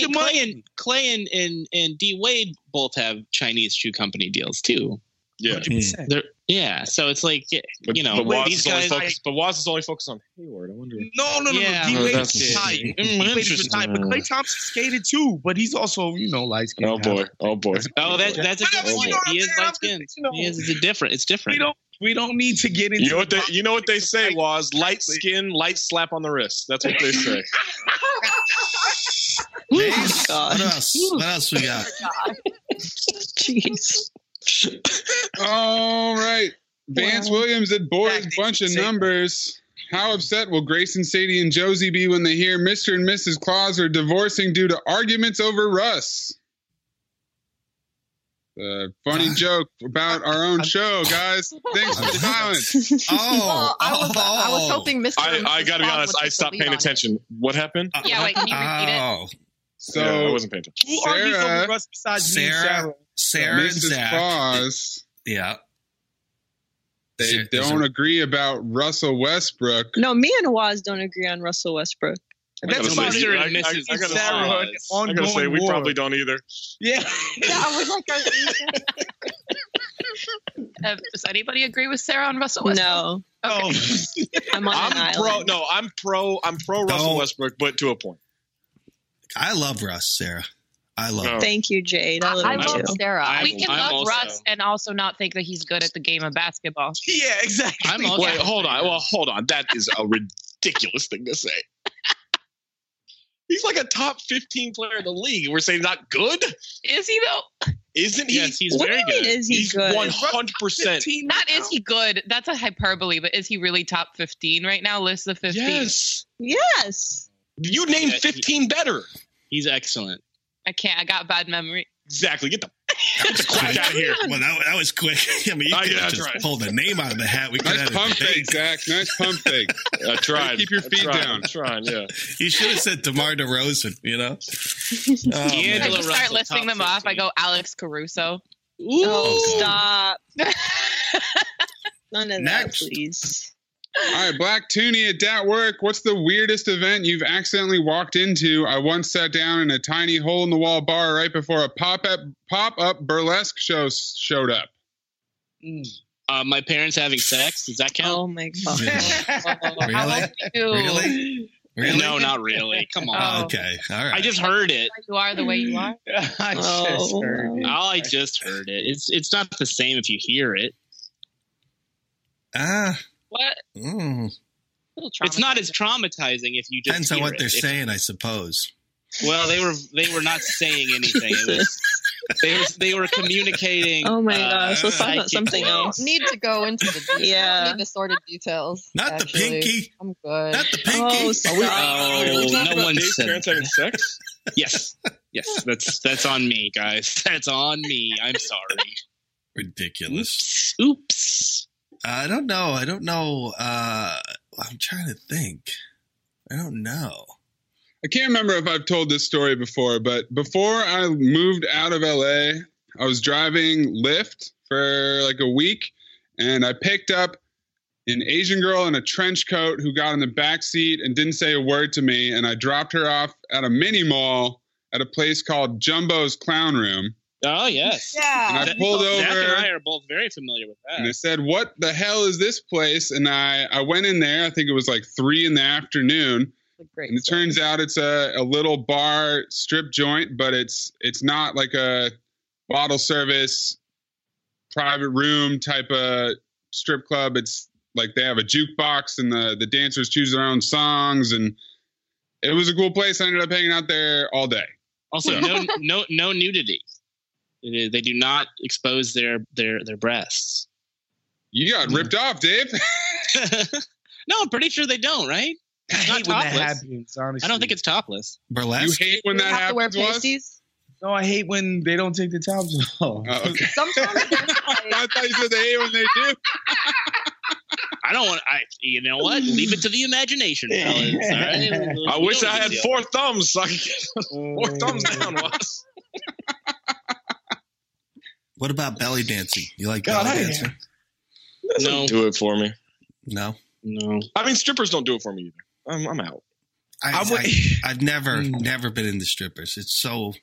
Get your
Clay,
money.
and Clay and and, and D Wade both have Chinese shoe company deals too.
Yeah.
100%.
They're- yeah. So it's like y-
But,
you know
but Waz,
these
is only
guys.
focused, but Waz is only focused on Hayward. I wonder.
No, no, no,
Yeah.
no. D
No,
Wade
that's-
is retired. D
Mm,
Wade is
interesting.
retired, but Clay Thompson skated too. But he's also, you know, light skinned.
Oh boy! Oh boy!
Oh, that, that's a
Whatever, you
different.
know what
He
I'm
is
saying?
light skinned.
You know.
He is. It's a different. It's different.
We don't. We don't need to get into.
You know what they you know what they say was light skin, light slap on the wrist.
(laughs)
That's what they say.
Mace,
Oh
what else? What else we got?
Jeez.
All right. Vance Williams at Boys Bunch of Numbers. How upset will Grayson Sadie and Josie be when they hear Mr. and Mrs. Claus are divorcing due to arguments over Russ? The
(sighs)
funny joke about our own show, guys. Thanks
(laughs)
for the
(laughs)
silence.
Oh,
I was, I was
oh.
hoping Mr.
I,
and
I
Mrs.
gotta be
Claus
honest,
would
I
take the
stopped
lead
paying
on it.
attention. What happened?
Yeah, wait, can you repeat it?
Uh, Oh,
So
So-
I wasn't paying attention.
Who argues over
Sarah,
Russ besides me and Sarah?
Sarah, Sarah, and
Mrs.
Zach.
Claus,
Yeah,
they
Sarah-
don't agree about Russell Westbrook.
No, me and Waz don't agree on Russell Westbrook.
I
That's
gotta
Mr.
say,
and
I- I-
Mrs.
I
Sarah had
gotta say-
an
I gotta say,
ongoing
we
war.
probably don't either.
Yeah.
Yeah, I was like, are-
Uh, does anybody agree with Sarah on Russell Westbrook?
No,
Oh,
I'm on an
I'm pro.
island.
No, I'm pro. I'm pro Russell
Don't.
Westbrook, but to a
(laughs)
point.
I love Russ, Sarah. I love.
No.
Thank you, Jade. I love
I
you
love
too.
Sarah.
I-
I,
we can
I'm
love
also-
Russ and also not think that he's good at the game of basketball.
yeah, exactly.
I'm also.
Wait, hold on. Well, hold on. That is a ridiculous thing to say.
(laughs)
He's like a top 15 player in the league. We're saying not good,
Is he though?
isn't he?
Yes, he's
What do
very
you mean
good.
is he
he's
good?
100. percent
Not is he good? That's a hyperbole, but is he really top 15 right now? List the 15.
Yes.
Yes.
You named
Yeah, he-
15 better.
He's excellent.
I can't. I got bad memory.
Exactly. Get the
That was
fuck
quick.
out of Oh. here.
Well, that, that was quick. (laughs) I mean, you
Oh,
could
yeah,
have
that's
just
right.
pulled a name out of the hat. We could
Nice
have
pump fake, Zach. Nice pump
(laughs)
fake.
I tried.
Keep your
I
feet
tried.
down.
I'm trying. Yeah.
You should have said DeMar DeRozan. You
(laughs)
know. Oh,
Yeah,
I
man.
D'Angelo
just start
Russell,
listing
top
them off. I
15.
go Alex Caruso.
Oh,
(laughs)
stop. None of
Next.
that, please.
All right, Black Toonie at Dat Work. What's the weirdest event you've accidentally walked into? I once sat down in a tiny hole in the wall bar right before a pop up pop up burlesque show s- showed up.
Uh, my parents having sex. Does that count?
Oh my god.
(laughs)
How
Really?
old are you?
Really? Really?
No, not really. Come on.
Oh.
Okay. All right.
I just heard it.
You are the way you
(laughs)
are.
I just
Oh,
heard it.
Oh, I just heard it. It's it's not the same if you hear it.
ah.
What?
Mm.
It's not as traumatizing if you just
Depends on
hear
what
it.
they're
If-
saying, I suppose.
Well, they were they were not saying anything. It was, they were they were communicating.
Oh my
uh,
gosh, let's talk about
psychic
something
waves.
else.
Need to go into the details.
Yeah.
Need the sordid details.
Not the
actually.
pinky.
I'm good.
Not the pinky.
Oh,
(laughs)
Oh, no one
Dave's
said
parents having sex?
yes. Yes, that's that's on me, guys. (laughs) That's on me. I'm sorry.
Ridiculous.
Oops. Oops.
I don't know. I don't know. Uh, I'm trying to think. I don't know.
I can't remember if I've told this story before, but before I moved out of LA, I was driving Lyft for like a week and I picked up an Asian girl in a trench coat who got in the back seat and didn't say a word to me and I dropped her off at a mini mall at a place called Jumbo's Clown Room.
Oh yes.
Yeah. And I pulled
Zach
over.
and I are both very familiar with that.
And I said, "What the hell is this place?" And I I went in there. I think it was like three in the afternoon. and it turns out it's a, a little bar strip joint, but it's it's not like a bottle service private room type of strip club. It's like they have a jukebox and the the dancers choose their own songs and it was a cool place. I ended up hanging out there all day.
Also,
Yeah.
no no no nudity. It is- They do not expose their their their breasts. Mm.
You got ripped off, Dave. (laughs)
no, I'm pretty sure they don't. Right?
I hate
It's not
when that
topless.
happens. Honestly,
I don't think it's topless.
Burlesque.
You hate when that
have to wear
happens. Wes?
No, I hate when they don't take the tops off.
Oh, okay. (laughs)
Sometimes
I thought you said they hate when they do.
I don't want. I you know what? Leave it to the imagination, fellas. all right?
(laughs) I
We
wish
don't
I had
deal.
four Mm. thumbs. So I could get four thumbs down. Wes.
What about belly dancing? You like
God,
belly
I-
dancing?
No.
Do it for me.
No.
No.
I mean, strippers don't do it for me either. I'm, I'm out.
I,
I would-
(laughs)
I, have never,
Hmm.
never been into strippers. It's so.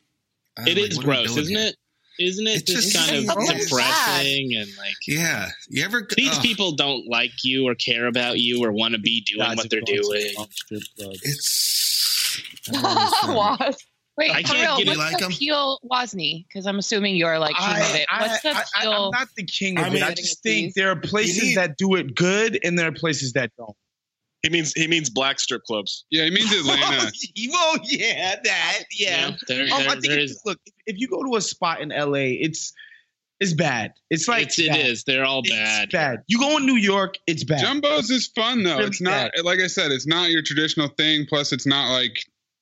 I
It
don't
is
like, what are we
gross,
doing
isn't
here?
it? Isn't it just,
just
kind
so
of
gross.
depressing and like
Yeah. You ever?
these
ugh,
people don't like you or care about you or want to be doing what they're doing.
(laughs)
It's
(laughs)
Wait,
I
for
can't
real, what's
get it. You like
the
'em?
peel, Wozni? Because I'm assuming you're like king of it. What's the
I,
peel?
am not the king of
I
it.
mean-
I just think (laughs) there are places that do it good and there are places that don't.
He means he means black strip clubs.
Yeah, he means
(laughs)
Atlanta.
(laughs) oh yeah, that yeah.
Yeah, there-
Um,
there-
I think
there
it's-
is-
look, if you go to a spot in LA, it's it's bad. It's like
It's, it
bad.
is. They're all bad.
bad. You go in New York, it's bad.
Jumbo's is fun though.
Really
It's not like I said, it's not your traditional thing. Plus, it's not like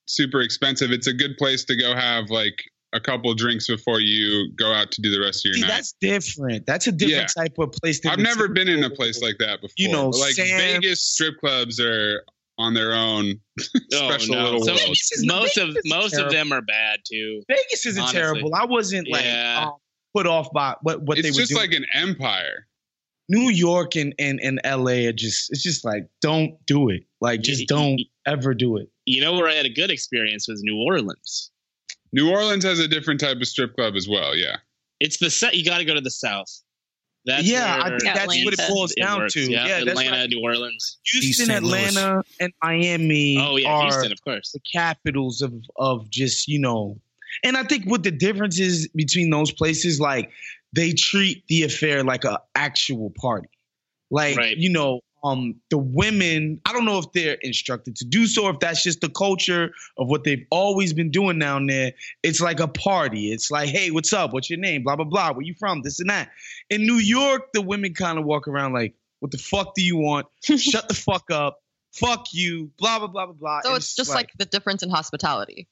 super expensive. It's a good place to go have like a couple drinks before you go out to do the rest of your
See,
night.
that's different. That's a different type of place. than
I've
the
never
typical-
been in a place like that before.
You know,
but, like
Sam's-
Vegas strip clubs are on their own (laughs)
Oh,
special
no.
little
So
world.
most of most
terrible.
of them are bad too.
Vegas isn't
Honestly.
terrible. I wasn't like
Yeah.
um, put off by what what they
It's
were
just
doing.
like an empire.
New York and, and, and LA are just it's just like don't do it. Like just don't ever do it.
You know where I had a good experience was New Orleans.
New Orleans has a different type of strip club as well. Yeah.
It's the set. You got to go to the South. That's
Yeah, I
where
think that's what it boils down
works.
to.
Yeah,
Yeah, that's
Atlanta,
right.
New Orleans,
Houston, Atlanta, and Miami
Oh yeah,
are
Houston, of course.
the capitals of of just, you know. And I think what the difference is between those places, like they treat the affair like a actual party. Like, you know, um the women, I don't know if they're instructed to do so, if that's just the culture of what they've always been doing down there. It's like a party. It's like, hey, what's up? What's your name? Blah, blah, blah. Where you from? This and that. In New York, the women kind of walk around like, what the fuck do
(laughs)
you want? Shut the fuck up. Fuck you. Blah, blah, blah, blah, blah.
So
And
it's just like, the difference in hospitality.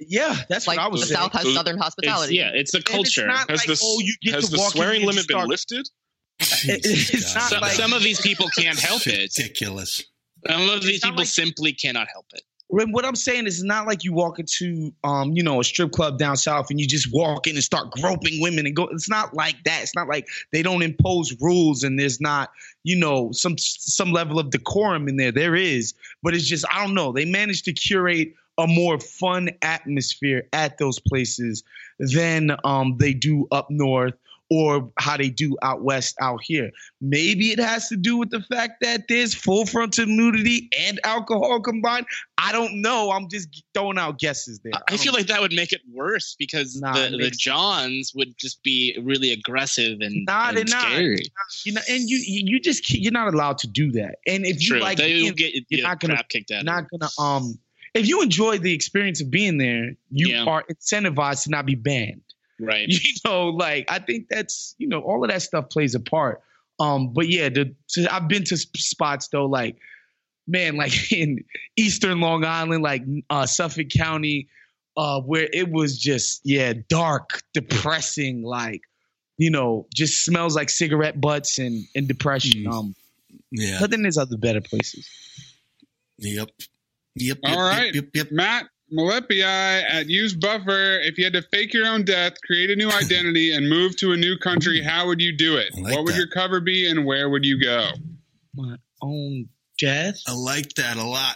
yeah, that's
like
what I was
the
saying.
South has It's- southern hospitality.
yeah, it's the
And
culture.
not
Has
like,
the s-
oh, you get
has
to
the
walk in
swearing
and
limit been
start-
lifted?
(laughs) it's not
some,
like
some of these people can't help it.
Ridiculous.
Some of these people simply cannot help it.
When- what I'm saying is, it's not like you walk into, um, you know, a strip club down south and you just walk in and start groping women and go. It's not like that. It's not like they don't impose rules and there's not, you know, some some level of decorum in there. There is, but it's just I don't know. They managed to curate a more fun atmosphere at those places than um, they do up north or how they do out west out here. Maybe it has to do with the fact that there's full frontal nudity and alcohol combined. I don't know. I'm just throwing out guesses there.
I feel like that would make it worse because
Nah, it
the, the
makes-
Johns would just be really aggressive and,
Nah,
and
they're not.
scary.
You know, and you you just can't- you're not allowed to do that. And if you
True.
like,
They
you
will get
you're
the
not gonna
crap kicked out of
Not gonna um. If you enjoy the experience of being there, you
Yeah.
are incentivized to not be banned.
Right.
(laughs) You know, like I think that's you know all of that stuff plays a part. Um, but yeah, the so I've been to sp- spots though, like man, like (laughs) in Eastern Long Island, like uh, Suffolk County, uh, where it was just yeah, dark, depressing, like you know, just smells like cigarette butts and and depression. Um,
Mm. yeah.
But then there's other better places.
Yep. Yep.
All right, Matt Malepi at Use Buffer. If you had to fake your own death, create a
(laughs)
new identity, and move to a new country, how would you do it? what would your cover be, and where would you go?
My own death.
I like that a lot.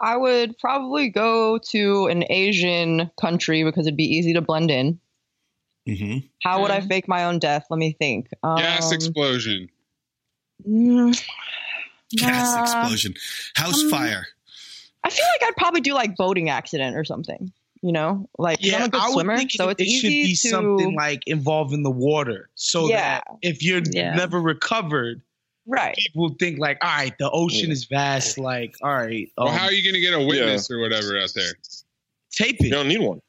I would probably go to an Asian country because it'd be easy to blend in.
Mm-hmm.
How would I fake my own death? Let me think. Um,
Gas explosion.
mm,
Gas
nah.
explosion. House
uh, Um,
fire.
I feel like I'd probably do like boating accident or something. You know, like 'cause I'm a good
would
swimmer,
think
so
it,
it's
it should
easy
be
to.
something like involving the water, so
Yeah.
that if you're
Yeah.
never recovered,
right? Mm.
People think like, all right, the ocean is vast. Like, all right,
Well,
um,
how are you going to get a witness or whatever out there?
Tape it. You
don't need one.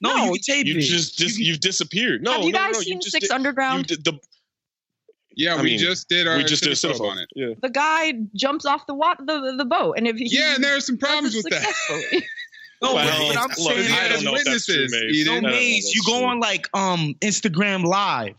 No, you can tape
you
it.
just, just you've disappeared. No,
Have you
no,
guys
no, you
seen
just
Six
did-
Underground?
you did the-
Yeah,
I
we
mean,
just did our
we just did a
cinephobe
cinephobe.
on it. (laughs)
Yeah.
the guy jumps off the wa- the the boat, and if he,
Yeah, and there are some problems with that.
(laughs) No,
Well,
but I'm
look,
saying
I don't know if that's true, Maze. I
No,
don't know if
Maze,
that's
you go on like um Instagram Live,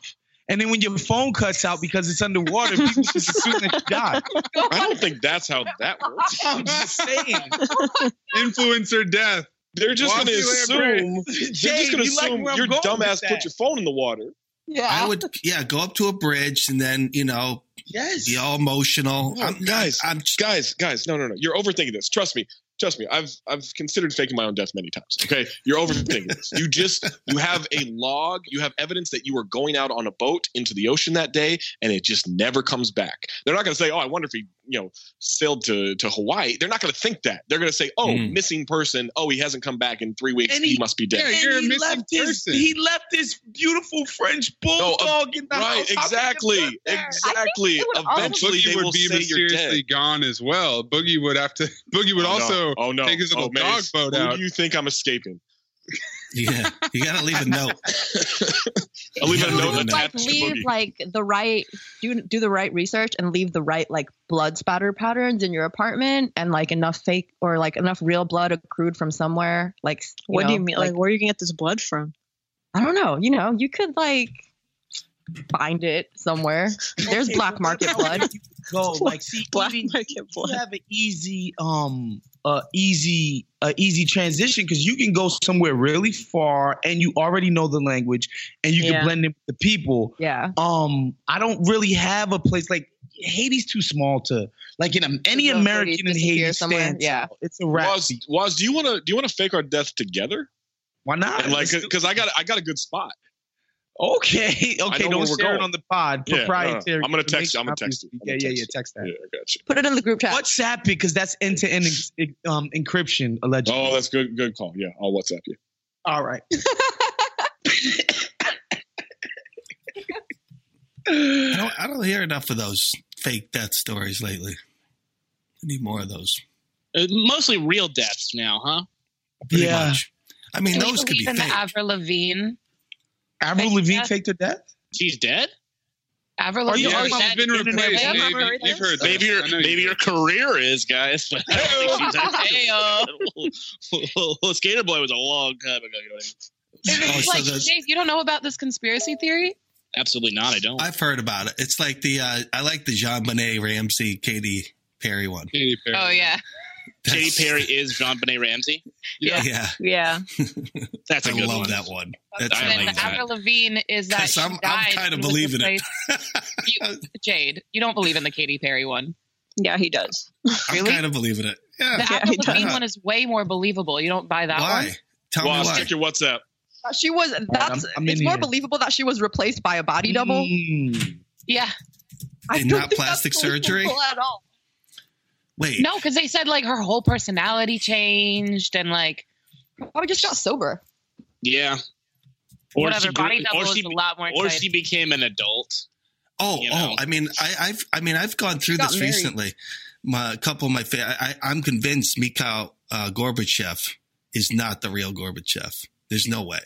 and then when your phone cuts out because it's underwater, people just assume
(laughs)
that you died.
I don't think that's how that works.
(laughs) I'm just saying.
(laughs) Influencer death.
They're just
Walk
going to
you in,
assume.
Brad. Jay,
They're just going to
you like
assume
where I'm
your
going with
dumbass
that.
put your phone in the water.
Yeah.
I would yeah, go up to a bridge and then, you know, (laughs)
yes.
be all emotional.
No,
I'm,
guys, guys, guys, no, no, no. You're overthinking this. Trust me. Trust me. I've I've considered faking my own death many times. Okay, you're overthinking this. You just you have a log. You have evidence that you were going out on a boat into the ocean that day, and it just never comes back. They're not going to say, "Oh, I wonder if he you know sailed to to Hawaii." They're not going to think that. They're going to say, "Oh,
Mm.
missing person. Oh, he hasn't come back in three weeks.
And
he,
he-
must be dead."
And he left his, He left his beautiful French bulldog in the
uh, right,
house. How can you
exactly,
live there?
exactly. Eventually,
Boogie
they
would
will
be
say you're
mysteriously
dead.
gone as well. Boogie would have to. (laughs) Boogie would
Oh, no.
also
oh, no.
take his little
Oh, Maze,
dog boat
who
out.
do you think I'm escaping?
yeah, you gotta leave a note.
I'll leave
You
a
gotta
note
leave a
attached
like
to
leave
Boogie.
like the right do do the right research and leave the right like blood spatter patterns in your apartment and like enough fake or like enough real blood accrued from somewhere like you
What do you
know,
mean? Like, where are you gonna get this blood from?
I don't know you know you could like find it somewhere there's black market blood
go like
(laughs)
see black market blood. You have an easy um uh easy uh, easy transition because you can go somewhere really far and you already know the language and you
Yeah.
can blend in with the people.
Yeah.
Um, I don't really have a place like Haiti's too small to like in um, any
Go
American in
disappear
Haiti
somewhere,
stands.
yeah.
out. it's a wrap.
Waz, Waz, do you want to do you want to fake our death together?
Why not?
And like,
Let's do-
because I got I got a good spot.
Okay, (laughs)
I know
okay,
where
don't
we're
share it
going.
on the pod.
Yeah, no, no, no.
Proprietary.
I'm gonna text you. I'm gonna
information,
text you.
obviously.
I'm
Yeah,
gonna
yeah, yeah.
text
Text that.
Yeah, I got you.
Put it in the group chat.
WhatsApp because that's end to end um encryption allegedly.
Oh, that's good. Good call. Yeah, I'll WhatsApp you.
All right.
I don't, I don't hear enough of those fake death stories lately. I need more of those.
Uh, mostly real deaths now, huh?
Pretty much. I mean,
Do we
those could be
believe in
fake.
the Avril Lavigne.
Avril Lavigne faked her death.
She's dead.
Avril Lavigne.
Yeah,
is
she's
dead.
been
Internet
replaced.
famous.
Maybe-
Heard
you've
this?
heard maybe your maybe your career is, guys. (laughs) But I
(laughs)
don't think she's (laughs) actually. well, uh, Skater Boy was a long time ago. You know what I mean?
Oh, so
Like,
the-
Dave, you don't know about this conspiracy theory?
Absolutely not. I don't.
I've heard about it. It's like the uh, I like the Jean Bonnet Ramsey Katy Perry one.
Katy Perry.
Oh yeah.
Katy Perry is John Benet Ramsey.
Yeah.
Yeah.
That's a
I
good
love
one.
that one. That's
I
I
And
like that.
Avril Lavigne is that
'Cause
she
I'm- I'm
died
kinda
and was
believing it.
replaced- You- Jade, you don't believe in the Katy Perry one.
Yeah, he does.
I'm kind of believing it. Yeah.
The
Why?
Avril Lavigne one is way more believable. You don't buy that one.
Tell me
Waz,
why.
check your WhatsApp.
She was. That's.
I'm- I'm
it's
in
more
here.
believable that she was replaced by a body double.
(laughs)
Mm.
Yeah.
I
And
don't
not
think that's
plastic
(laughs)
surgery?
believable at all.
Wait.
No, because they said like her whole personality changed and like
probably just got sober.
Yeah.
Whatever,
grew-
body double is a lot more
Or
exciting.
she became an adult.
Oh, oh! I mean, I, I've, I mean, I've gone through
got
this
married.
recently. My a couple of my, fa- I, I- I'm convinced Mikhail uh, Gorbachev is not the real Gorbachev. There's no way.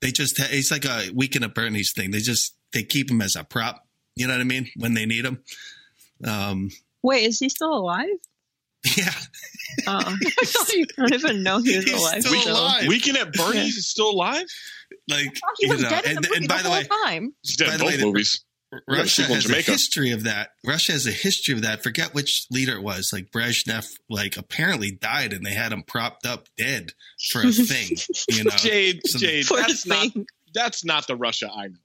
They just, ha- it's like a weekend at Bernie's thing. They just, they keep him as a prop. You know what I mean? When they need him. Um,
Wait, is he still alive? Yeah. Oh, (laughs) I don't even know he was alive. so-
Weekend
(laughs)
at Bernie's is still alive.
Like
he was dead in the movie the whole time.
He's dead in both
the-
movies. Yeah,
Russia
people in
has a
Jamaica.
history of that. Russia has a history of that. Forget which leader it was. Like Brezhnev, like apparently died, and they had him propped up dead for
(laughs)
a thing. You know,
Jade,
So-
Jade, that's not that's not the Russia I know.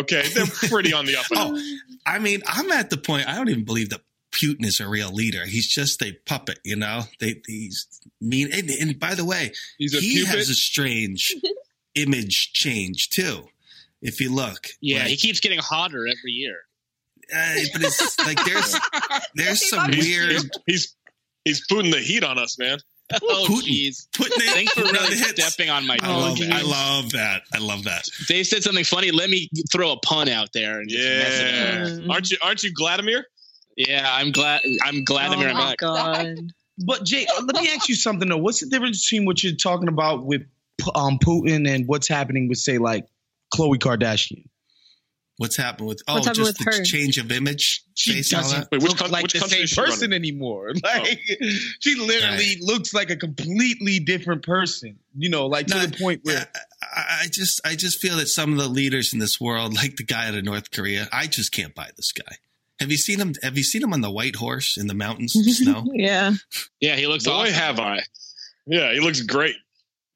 Okay,
(laughs)
they're pretty on the up and up.
Oh, I mean, I'm at the point. I don't even believe that Putin is a real leader. He's just a puppet. You know, they, he's mean. And, and by the way,
He's a
he
puppet?
has a strange image change too. If you look,
Yeah,
Like,
he keeps getting hotter every year.
Uh, but it's like there's
Oh,
(laughs) there's some
He's-
weird.
He's, he's he's putting the heat on us, man.
Oh, jeez. Thanks for really stepping on my
I
Oh,
love,
toes.
I love that. I love that.
Dave said something funny. Let me throw a pun out there. And
Yeah.
Aren't you aren't you Gladimir? Yeah, I'm glad I'm
Oh
Gladimir
Oh
back.
God.
But Jay, uh, let me ask you something though. What's the difference between what you're talking about with um, Putin and what's happening with say like Khloe Kardashian?
What's happened with oh
What's happened
just the
with her?
change of image?
She
face and all
doesn't
that?
look like the same person anymore. (laughs) Like she literally looks like a completely different person. You know, like to the point where
uh, I I just I just feel that some of the leaders in this world, (laughs) like the guy out of North Korea, I just can't buy this guy. Have you seen him? Have you seen him on the white horse in the mountains,
(laughs)
snow?
yeah,
Yeah, he looks.
Boy, have I. Yeah, he looks great.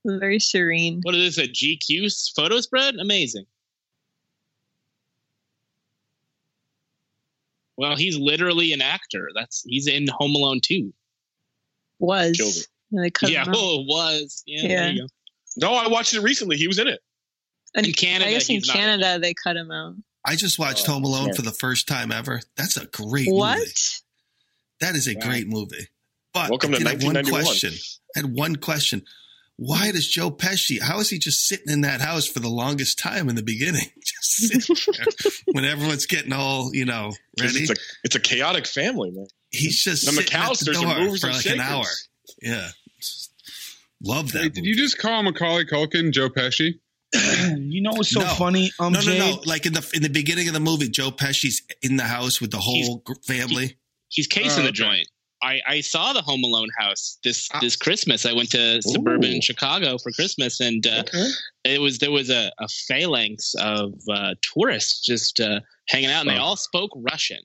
very serene.
What is this? A GQ photo spread? Amazing. Well, he's literally an actor. That's he's in Home Alone too.
Was
Children.
And they cut
yeah, (laughs)
him out.
oh, it was. Yeah,
Yeah.
There you go.
No, I watched it recently. He was in it.
And
in Canada,
I guess in
he's not-
Canada they cut him out.
I just watched
Oh,
Home Alone for the first time ever. That's a great
What?
movie. That is a great movie. But
Welcome
I
to
did have one
1991.
question. I had one question. Why does Joe Pesci? How is he just sitting in that house for the longest time in the beginning? Just sitting there when everyone's getting all you know
'Cause
ready.
It's a it's a chaotic family, man.
He's just
the
sitting at the
McAllisters
door
are movers
for
and
like
shakers.
an hour. Yeah, love that.
did you just call Macaulay Culkin Joe Pesci?
you know what's
so funny, um,
no, no,
Jay?
no. Like in the in the beginning of the movie, Joe Pesci's in the house with the whole gr family.
He's casing
Oh,
Oh,
the joint. I, I saw the Home Alone house this this Christmas. I went to suburban Chicago for Christmas, and uh, it was there was a, a phalanx of uh, tourists just uh, hanging out, and they
Oh.
all spoke Russian.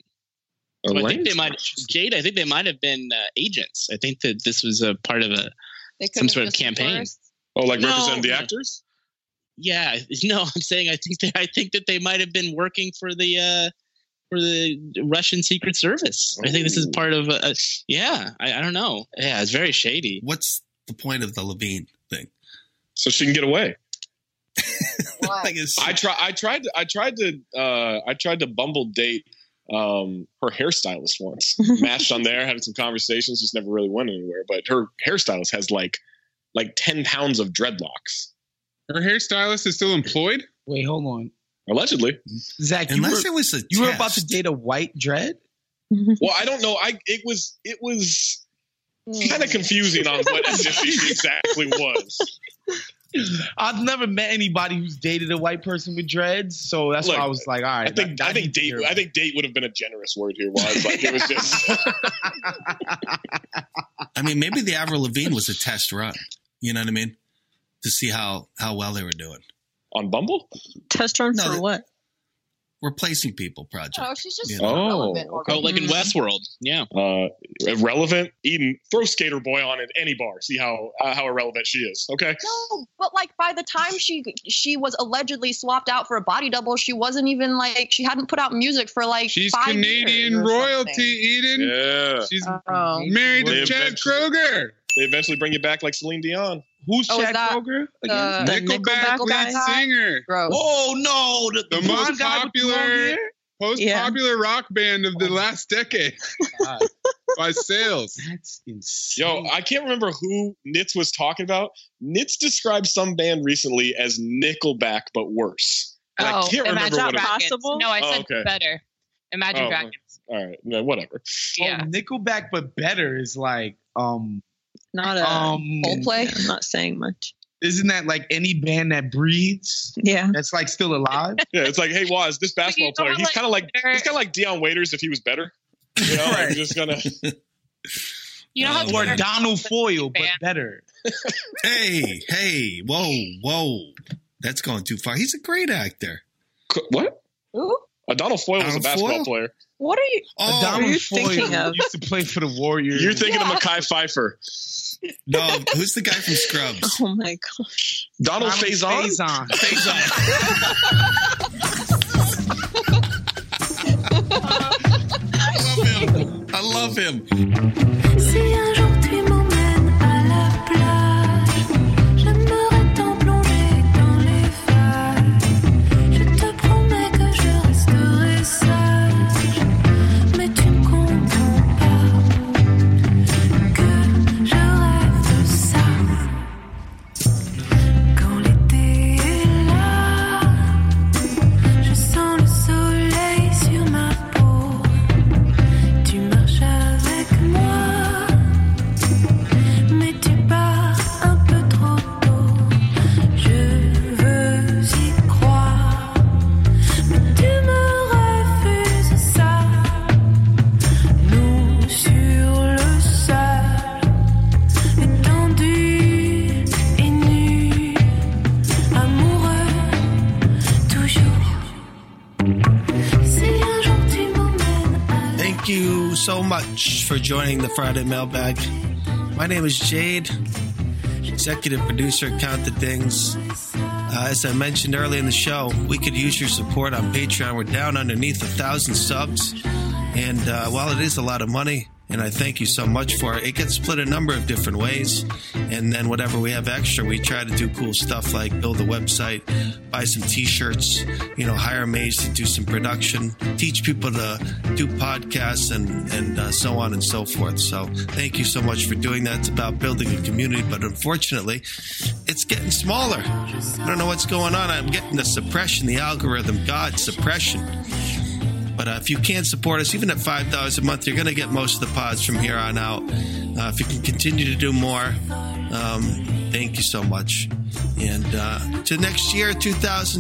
So I think they might, Jade. I think they might have been uh, agents. I think that this was a part of a
They
some sort of campaign.
Oh, like representing the
(laughs)
actors?
Yeah, (laughs) I- no, I'm saying I think that I think that they might have been working for the uh, for the Russian Secret Service. I think this is part of a, a yeah. I, I don't know. Yeah, it's very shady.
What's the point of the Levine thing?
So she can get away. (laughs) I try. I tried. To, I tried to. Uh, I tried to bumble date um, her hairstylist once. Matched on there, had some conversations, just never really went anywhere. But her hairstylist has like like ten pounds of dreadlocks.
Her hairstylist is still employed.
Wait, hold on.
Allegedly,
Zach, you
Unless
were,
it was a
you were about to date a white dread.
well, I don't know. I it was it was kind of confusing on what ethnicity she exactly was.
I've never met anybody who's dated a white person with dreads, so that's why I was like, all right.
I think I, think date I think date would have been a generous word here. Was like it was just
I mean, maybe the Avril Levine was a test run. You know what I mean? To see how how well they were doing
on Bumble.
Test run
No,
for
the-
what?
Replacing people project.
Oh, she's just
you know? Mm-hmm.
Oh,
Oh, like in Westworld. Yeah.
Uh, irrelevant. Eden, throw Skater Boy on at any bar. See how uh, how irrelevant she is. Okay.
No, but like by the time she she was allegedly swapped out for a body double, she wasn't even like she hadn't put out music for like
She's
five
Canadian
years or
royalty,
something.
Eden.
Yeah.
She's
Oh.
married
They
to Chad Kroger.
They eventually bring you back like Celine Dion.
Who's
Oh,
Chad Kroger?
again?
the
Uh, Nickelback, lead singer.
Gross.
Oh no, the,
the,
blonde
most
guy with the long
popular,
hair?
most
Yeah. Oh.
popular rock band of the last decade
God.
by sales.
That's insane.
Yo, I can't remember who Nitz was talking about. Nitz described some band recently as Nickelback, but worse. And
Oh,
Oh,
I can't remember
imagine
what it was.
Dragons. No, I
Oh,
said
okay.
better. Imagine
Oh,
Dragons.
All right, no, whatever.
Yeah.
Oh, Nickelback, but better is like um,
Not a
Um,
Coldplay. I'm not saying much.
isn't that like any band that breathes?
Yeah,
that's like still alive.
Yeah, it's like, hey, Waz, this basketball player, he's kind of like he's kind of like Deion Waiters if he was better. You know, like,
(laughs)
just gonna.
(laughs) You know how
or
Twitter-
Donald Foyle, but better.
hey, hey, whoa, whoa. That's going too far. He's a great actor.
What?
Who?
Uh, Donald Foyle was a
Donald
basketball
Foyle?
player.
What are you?
Oh,
what are you thinking of?
used to play for the Warriors.
You're thinking
Yeah.
of Mackay Pfeiffer.
No, who's the guy from Scrubs?
(laughs) Oh my god!
Donald, Faison?
I love him.
Si un jour tu m'emmènes à la plage, j'aimerais t'en plonger dans les vagues. Je te promets que je resterai sage, mais tu ne comprends pas que je rêve de ça. Quand l'été est là, je sens le soleil sur ma peau. Tu marches avec moi, mais tu pars un peu trop tôt. Je veux y croire, mais tu me refuses ça. Nous sur le sol, étendus et nus, amoureux toujours. Si un jour tu m'emmènes
Thank you so much for joining the Friday Mailbag. My name is Jade, executive producer at Count the Things. Uh, as I mentioned earlier in the show, we could use your support on Patreon. We're down underneath a thousand subs, and uh, while it is a lot of money, and I thank you so much for it, it gets split a number of different ways. And then whatever we have extra, we try to do cool stuff like build a website, buy some t-shirts, you know, hire maids to do some production, teach people to do podcasts and, and uh, so on and so forth. So thank you so much for doing that. It's about building a community, but unfortunately it's getting smaller. I don't know what's going on. I'm getting the suppression, the algorithm, God suppression. But uh, if you can support us, even at five dollars a month, you're going to get most of the pods from here on out. Uh, if you can continue to do more, um, thank you so much. And uh, to next year,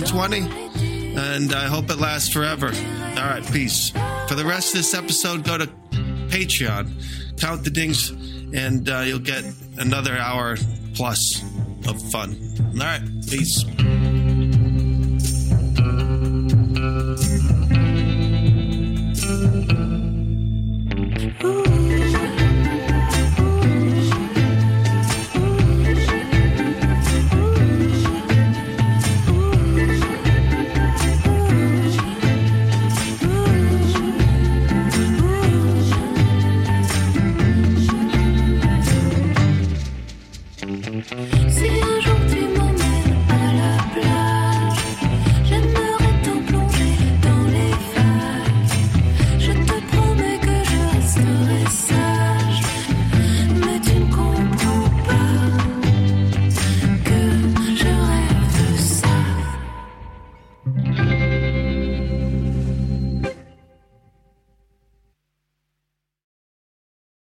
2020, and I hope it lasts forever. All right, peace. For the rest of this episode, go to Patreon, count the dings, and uh, you'll get another hour plus of fun. All right, peace.